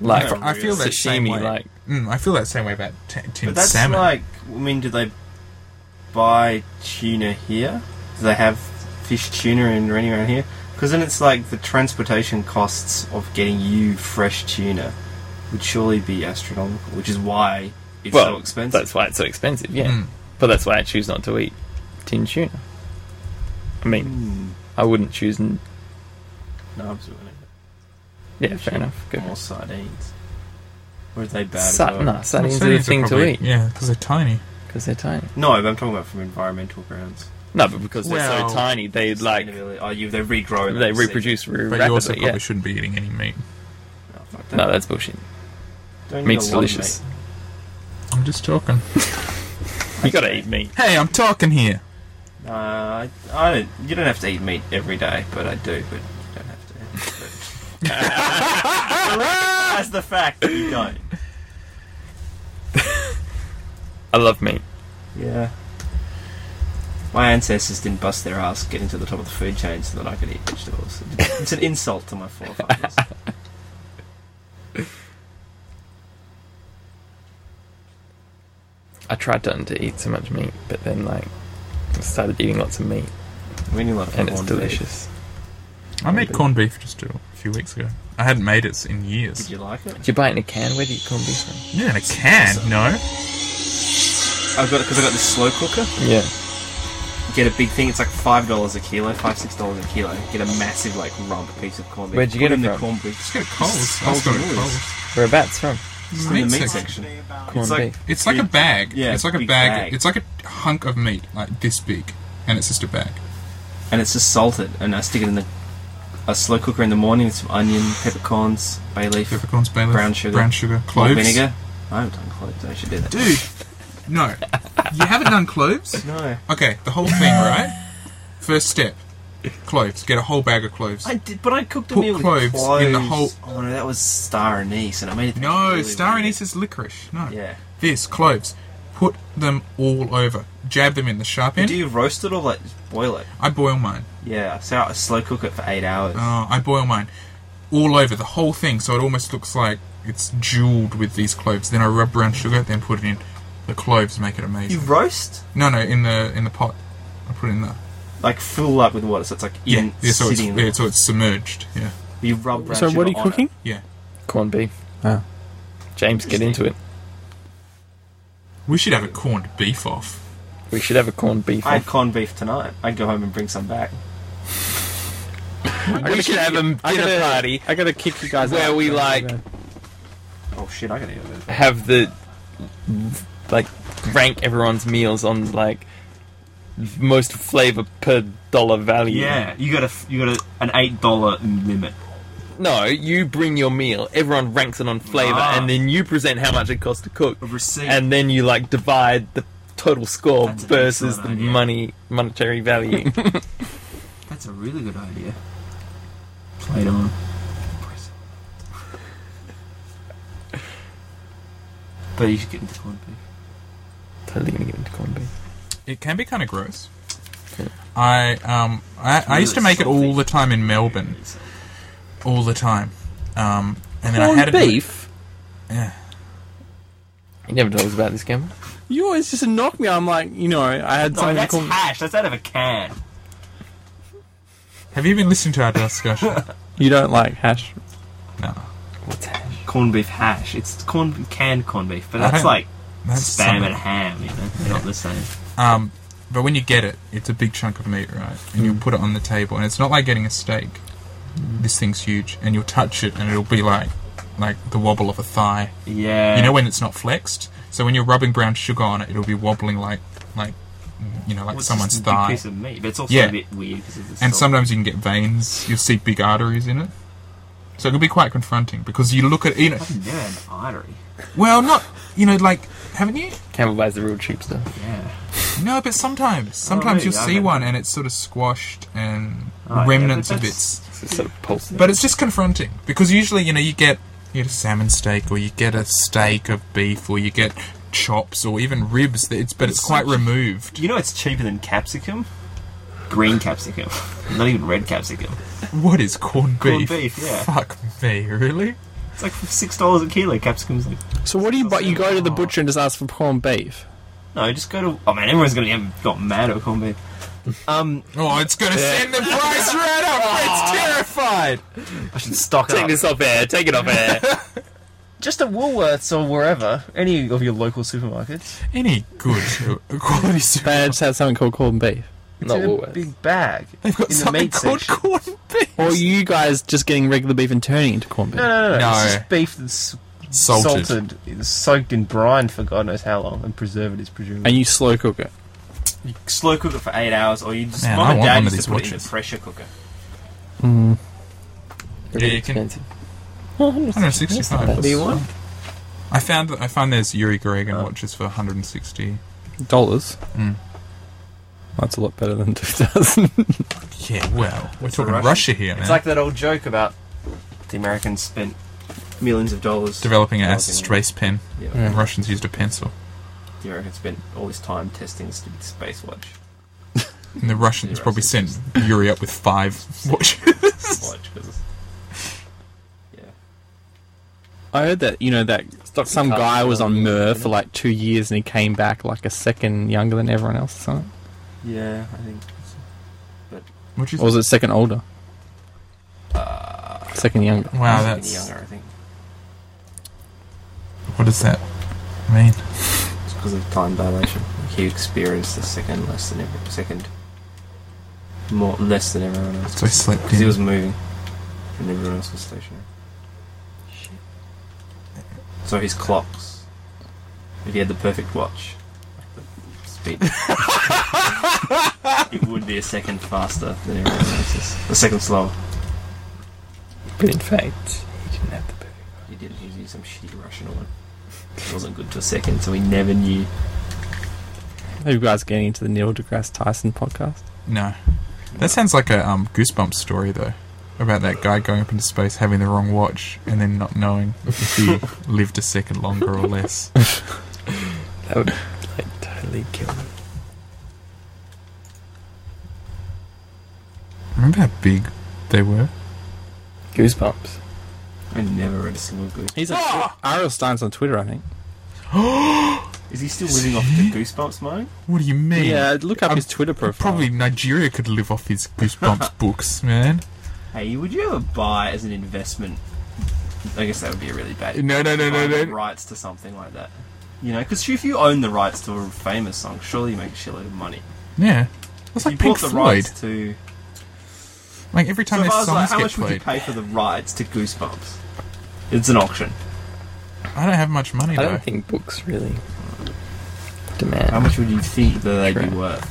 like
I I feel that same
sashimi,
way.
like
Mm, I feel that same way about t-
But
tinned
that's
salmon.
like, I mean, do they buy tuna here? Do they have fish tuna in or anywhere around here? Because then it's like the transportation costs of getting you fresh tuna would surely be astronomical, which is why it's
well,
so expensive.
that's why it's so expensive. Yeah,
Mm.
but that's why I choose not to eat tin tuna. I mean, I wouldn't choose. N-
Hmm. No, I'm doing it.
yeah, fair enough. Good.
Or sardines. Or are they bad? as
Sa-
well?
no,
Well,
sardines are the
sardines are
thing to
probably-
eat
Yeah, because they're tiny.
because they're tiny.
No, but I'm talking about from environmental grounds.
No, but because they're
Well-
so tiny, they like
Sustainability- oh, you they regrow.
they
that's it.
reproduce really
But
rapidly.
you also probably
yeah.
shouldn't be eating any meat.
No, Oh, fuck that.
No, that's bullshit.
Don't eat
Meat's
a lot,
delicious.
mate.
I'm just talking.
You gotta eat meat.
hey, I'm talking here.
Uh, I, I don't. You don't have to eat meat every day, but I do. But you don't have to. But
<laughs>
that's the fact that you don't.
I love meat.
Yeah. My ancestors didn't bust their ass getting to the top of the food chain so that I could eat vegetables. It's an insult to my
<laughs>
forefathers.
I tried not to eat so much meat, but then like I started eating lots of meat,
I'm eating a lot of
and it's
corned beef.
delicious.
I made corned beef just a few weeks ago. I hadn't made it in
Did
years.
you like it?
Did you buy it in a can? Where do you come from?
Yeah, in a can. No,
I've got it because I got this slow cooker.
Yeah,
Get a big thing. It's like five dollars a kilo, five six dollars a kilo. Get a massive like rump piece of corned beef.
Where'd you
Put
get it
in the
from?
corned beef.
just get a Coles. I
Coles
just got
and
a
Woolies.
Coles.
whereabouts from?
It's in the
Meat
meat
section.
section.
Corned
like-
beef.
It's like a bag.
Yeah,
it's like a
big
bag.
bag.
It's like a hunk of meat, like this big, and it's just a bag.
and it's just salted. And I stick it in the a slow cooker in the morning with some onion, peppercorns, bay leaf,
Peppercorns, bay leaf,
Brown sugar.
brown sugar,
malt
cloves,
vinegar. I haven't done cloves. I should do that.
Dude, no, you haven't done cloves.
<laughs> No,
Okay, the whole thing, right? First step, cloves. Get a whole bag of cloves.
I did, but I cooked a
Put
meal with
cloves in the
cloves. Oh no, that was star anise, and I made it.
no,
really
star
weird.
anise is licorice. No,
Yeah.
this cloves. Put them all over. Jab them in the sharp end.
Do you roast it or like just boil it?
I boil mine.
Yeah, so I slow cook it for eight hours.
Oh, I boil mine all over the whole thing, so it almost looks like it's jeweled with these cloves. Then I rub brown sugar, then put it in the cloves, make it
You
amazing.
roast
No, no, in the in the pot. I put it in the
like full up with water, so it's like
yeah,
in
yeah. So it's
sitting. in the-
yeah, so it's submerged. Yeah,
you rub. brown
So what are
sugar
you
on it.
cooking?
yeah.
Corned beef. James, get into it.
We should have a corned beef off.
We should have a corned
<laughs>
beef.
I had
off.
corned beef tonight. I'd go home and bring some back.
we should have a dinner
I gotta,
party
I gotta kick you guys
where
out.
we like
Oh shit! I gotta eat it.
have the like rank everyone's meals on like most flavor per dollar value.
Yeah, you got a you got a, an eight dollar limit.
No, you bring your meal. Everyone ranks it on flavor,
Ah.
and then you present how much it costs to cook,
A receipt.
and then you like divide the total score
That's an
versus the
excellent idea.
money monetary value.
That's a really good idea. Play it on. but you should get into corned beef.
totally gonna get into corned beef.
It can be kind of gross. I um I, I used to
really
make it all
salty.
the time in
Um,
Melbourne, all the time. Um, and then I had
Corned
it.
beef.
Yeah.
You never told us about this, Cameron.
You always just knock me. I'm like, you know, I had
No,
something
that's
called.
hash. That's out of a can.
Have you been listening to our discussion?
You don't like hash.
no,
What's hash?
Corned beef hash. It's corn canned corned beef, but
I
that's
don't-
like
that's
spam
something.
and ham. You know, they're not the same.
Um, but when you get it, it's a big chunk of meat, right? And
Mm.
you'll put it on the table, and it's not like getting a steak. This thing's huge, and you'll touch it, and it'll be like, like the wobble of a thigh.
Yeah.
You know when it's not flexed. So when you're rubbing brown sugar on it, it'll be wobbling like, like you know, like
Well, it's
someone's
just a big
thigh.
piece of meat, but it's also
Yeah.
a bit weird because of the
And
salt.
sometimes you can get veins. You'll see big arteries in it. So it can be quite confronting because you look at you know,
I've never had an artery.
well, not you know, like haven't you?
Campbell buys the real cheap stuff.
Yeah.
No, but sometimes, sometimes
Oh, really?
you'll see
Okay.
one and it's sort of squashed and
Oh, yeah, but
remnants of
that's-
its
It's just sort of pulse.
But it's just confronting because usually, you know, you get you get a salmon steak or you get a steak of beef or you get chops or even ribs. That it's but it's quite removed.
You know it's cheaper than capsicum? Green capsicum. <laughs> Not even red capsicum.
What is corned
Corned
beef?
beef, yeah.
Fuck me, really?
It's like $6 a kilo. Capsicum's like,
So what do you? But you go to the butcher and just ask for corned beef.
no, just go to. Oh man, everyone's going to get got mad at corned beef. Um,
Oh, it's gonna send the price right up. It's terrified.
I should stock
Take
up.
this off air. Take it
<laughs>
off air.
Just at Woolworths or wherever, any of your local supermarkets.
Any good quality soup?
They just have something called corned beef.
It's
Not
in a
Woolworths.
big bag.
They've got
in the
something
meat
called
section.
corned beef.
Or you guys just getting regular beef and turning it into corned beef?
No, no, no, no.
No.
It's just beef that's
Salted.
salted. it's soaked in brine for God knows how long, and preservatives, presumably.
And you slow cook it.
You slow cook it for eight hours, or you just
Man, I
mom and
want
dad
one
used
of
to
these
put it in
watches.
a pressure cooker.
Yeah, you can.
expensive.
165.
What do you want?
I found I found there's Yuri Gagarin
Uh.
watches for 160.
Dollars.
Mm.
That's a lot better than <laughs> two thousand.
Yeah, well, we're talking
Russian.
Russia here, man.
It's like that old joke about the Americans spent millions of dollars
developing it as a
developing
space pen.
Yeah.
And Russians used a pencil.
it. The Americans spent all this time testing this stupid space
<laughs>
watch.
And the Russians
Yeah,
probably
Russians.
sent Yuri up with five <laughs> watches.
watch 'cause- yeah.
I heard that you know that some
cut.
guy was on Myrrh for like two years and he came back like a second younger than everyone else or something.
Yeah, I think. it's-
Which is
Or was it second older?
Uh.
second younger.
wow,
it's
that's
Younger, I think.
what does that mean?
It's because of time dilation. He experienced the second less than every second. More less than everyone else.
So I slept
Because he
in.
was moving, and everyone else was stationary. So his clocks. If he had the perfect watch, like the speed, it would be a second faster than everyone else's. A second slower.
But in fact, you didn't have the perfect.
He didn't. He was using some shitty Russian one. It wasn't good for a second, so he never knew.
Are you guys getting into the Neil deGrasse Tyson podcast?
No, that sounds like a um, goosebumps story though. About that guy going up into space, having the wrong watch, and then not knowing if
<laughs>
he lived a second longer or less.
That would like totally kill me.
Remember how big they were?
Goosebumps.
I never read a single good.
He's on
Ah!
Ariel Stein's on Twitter, I think.
Is he still living off the Goosebumps mine?
What do you
Hmm.
mean?
Yeah, look up
Um,
his Twitter profile.
Probably Nigeria could live off his
<laughs>
goosebumps books, man.
Hey, would you ever buy as an investment? I guess that would be a really bad.
No, no, no, no,
own the
no.
rights to something like that. You know, because if you own the rights to a famous song, surely you make a shitload of money.
Yeah, it's like
you
Pink
bought the
Floyd.
rights to.
Like every
So
time
if
their
I was
songs
like, how
get
much would you
played,
pay for the rights to Goosebumps? It's an auction.
I don't have much money
I
though.
don't think books really demand.
How much would you think that they'd be
Sure.
worth?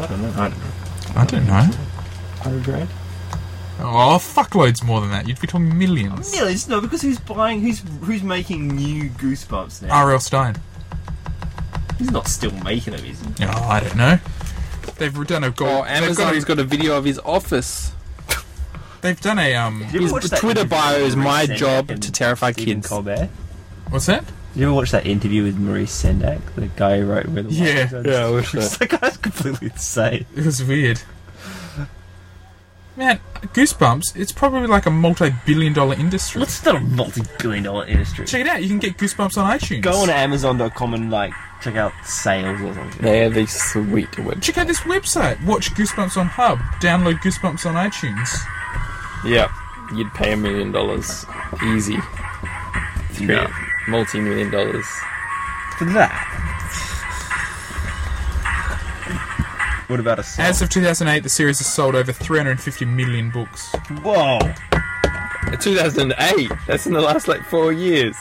I don't know. I don't know.
I don't know.
Hundred grand?
Oh, fuckloads more than that. You'd be talking millions.
Yeah, it's no, because who's buying? Who's who's making new Goosebumps now?
R.L. Stein.
He's not still making them, is he?
Oh, I don't know. They've done a go-
Oh,
they've, got
Amazon's
a,
got a video of his office.
they've done a um.
Did you ever
His
watch that
Twitter
interview
bio
with
is
Maurice
my
Sendak
job
and
to terrify
Stephen
kids.
Colbert?
What's that?
Did you ever watch that interview with Maurice Sendak, the guy who wrote Where the Wild
Yeah.
Things Are?
Yeah, I watched
It's <laughs> That guy's completely insane.
It was weird. Man, Goosebumps. It's probably like a multi-billion-dollar industry.
It's not a multi-billion dollar industry.
Check it out. You can get Goosebumps on iTunes.
Go on Amazon.com and like check out sales or something.
They are the sweet witch.
Check out this website. Watch Goosebumps on Hub. Download Goosebumps on iTunes.
Yeah, you'd pay a million dollars easy. To create multi-million dollars.
For that. What about a song?
As of 2008, the series has sold over 350 million books.
Whoa!
2008. That's in the last like four years.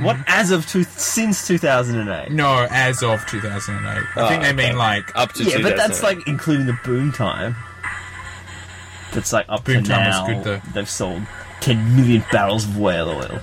What as of two, since 2008?
No, as of 2008. I think they mean like
Up to
Yeah, but that's
2008.
like including the boom time. That's like up
Boom
to
time was
now.
good, though.
They've sold 10 million barrels of whale oil.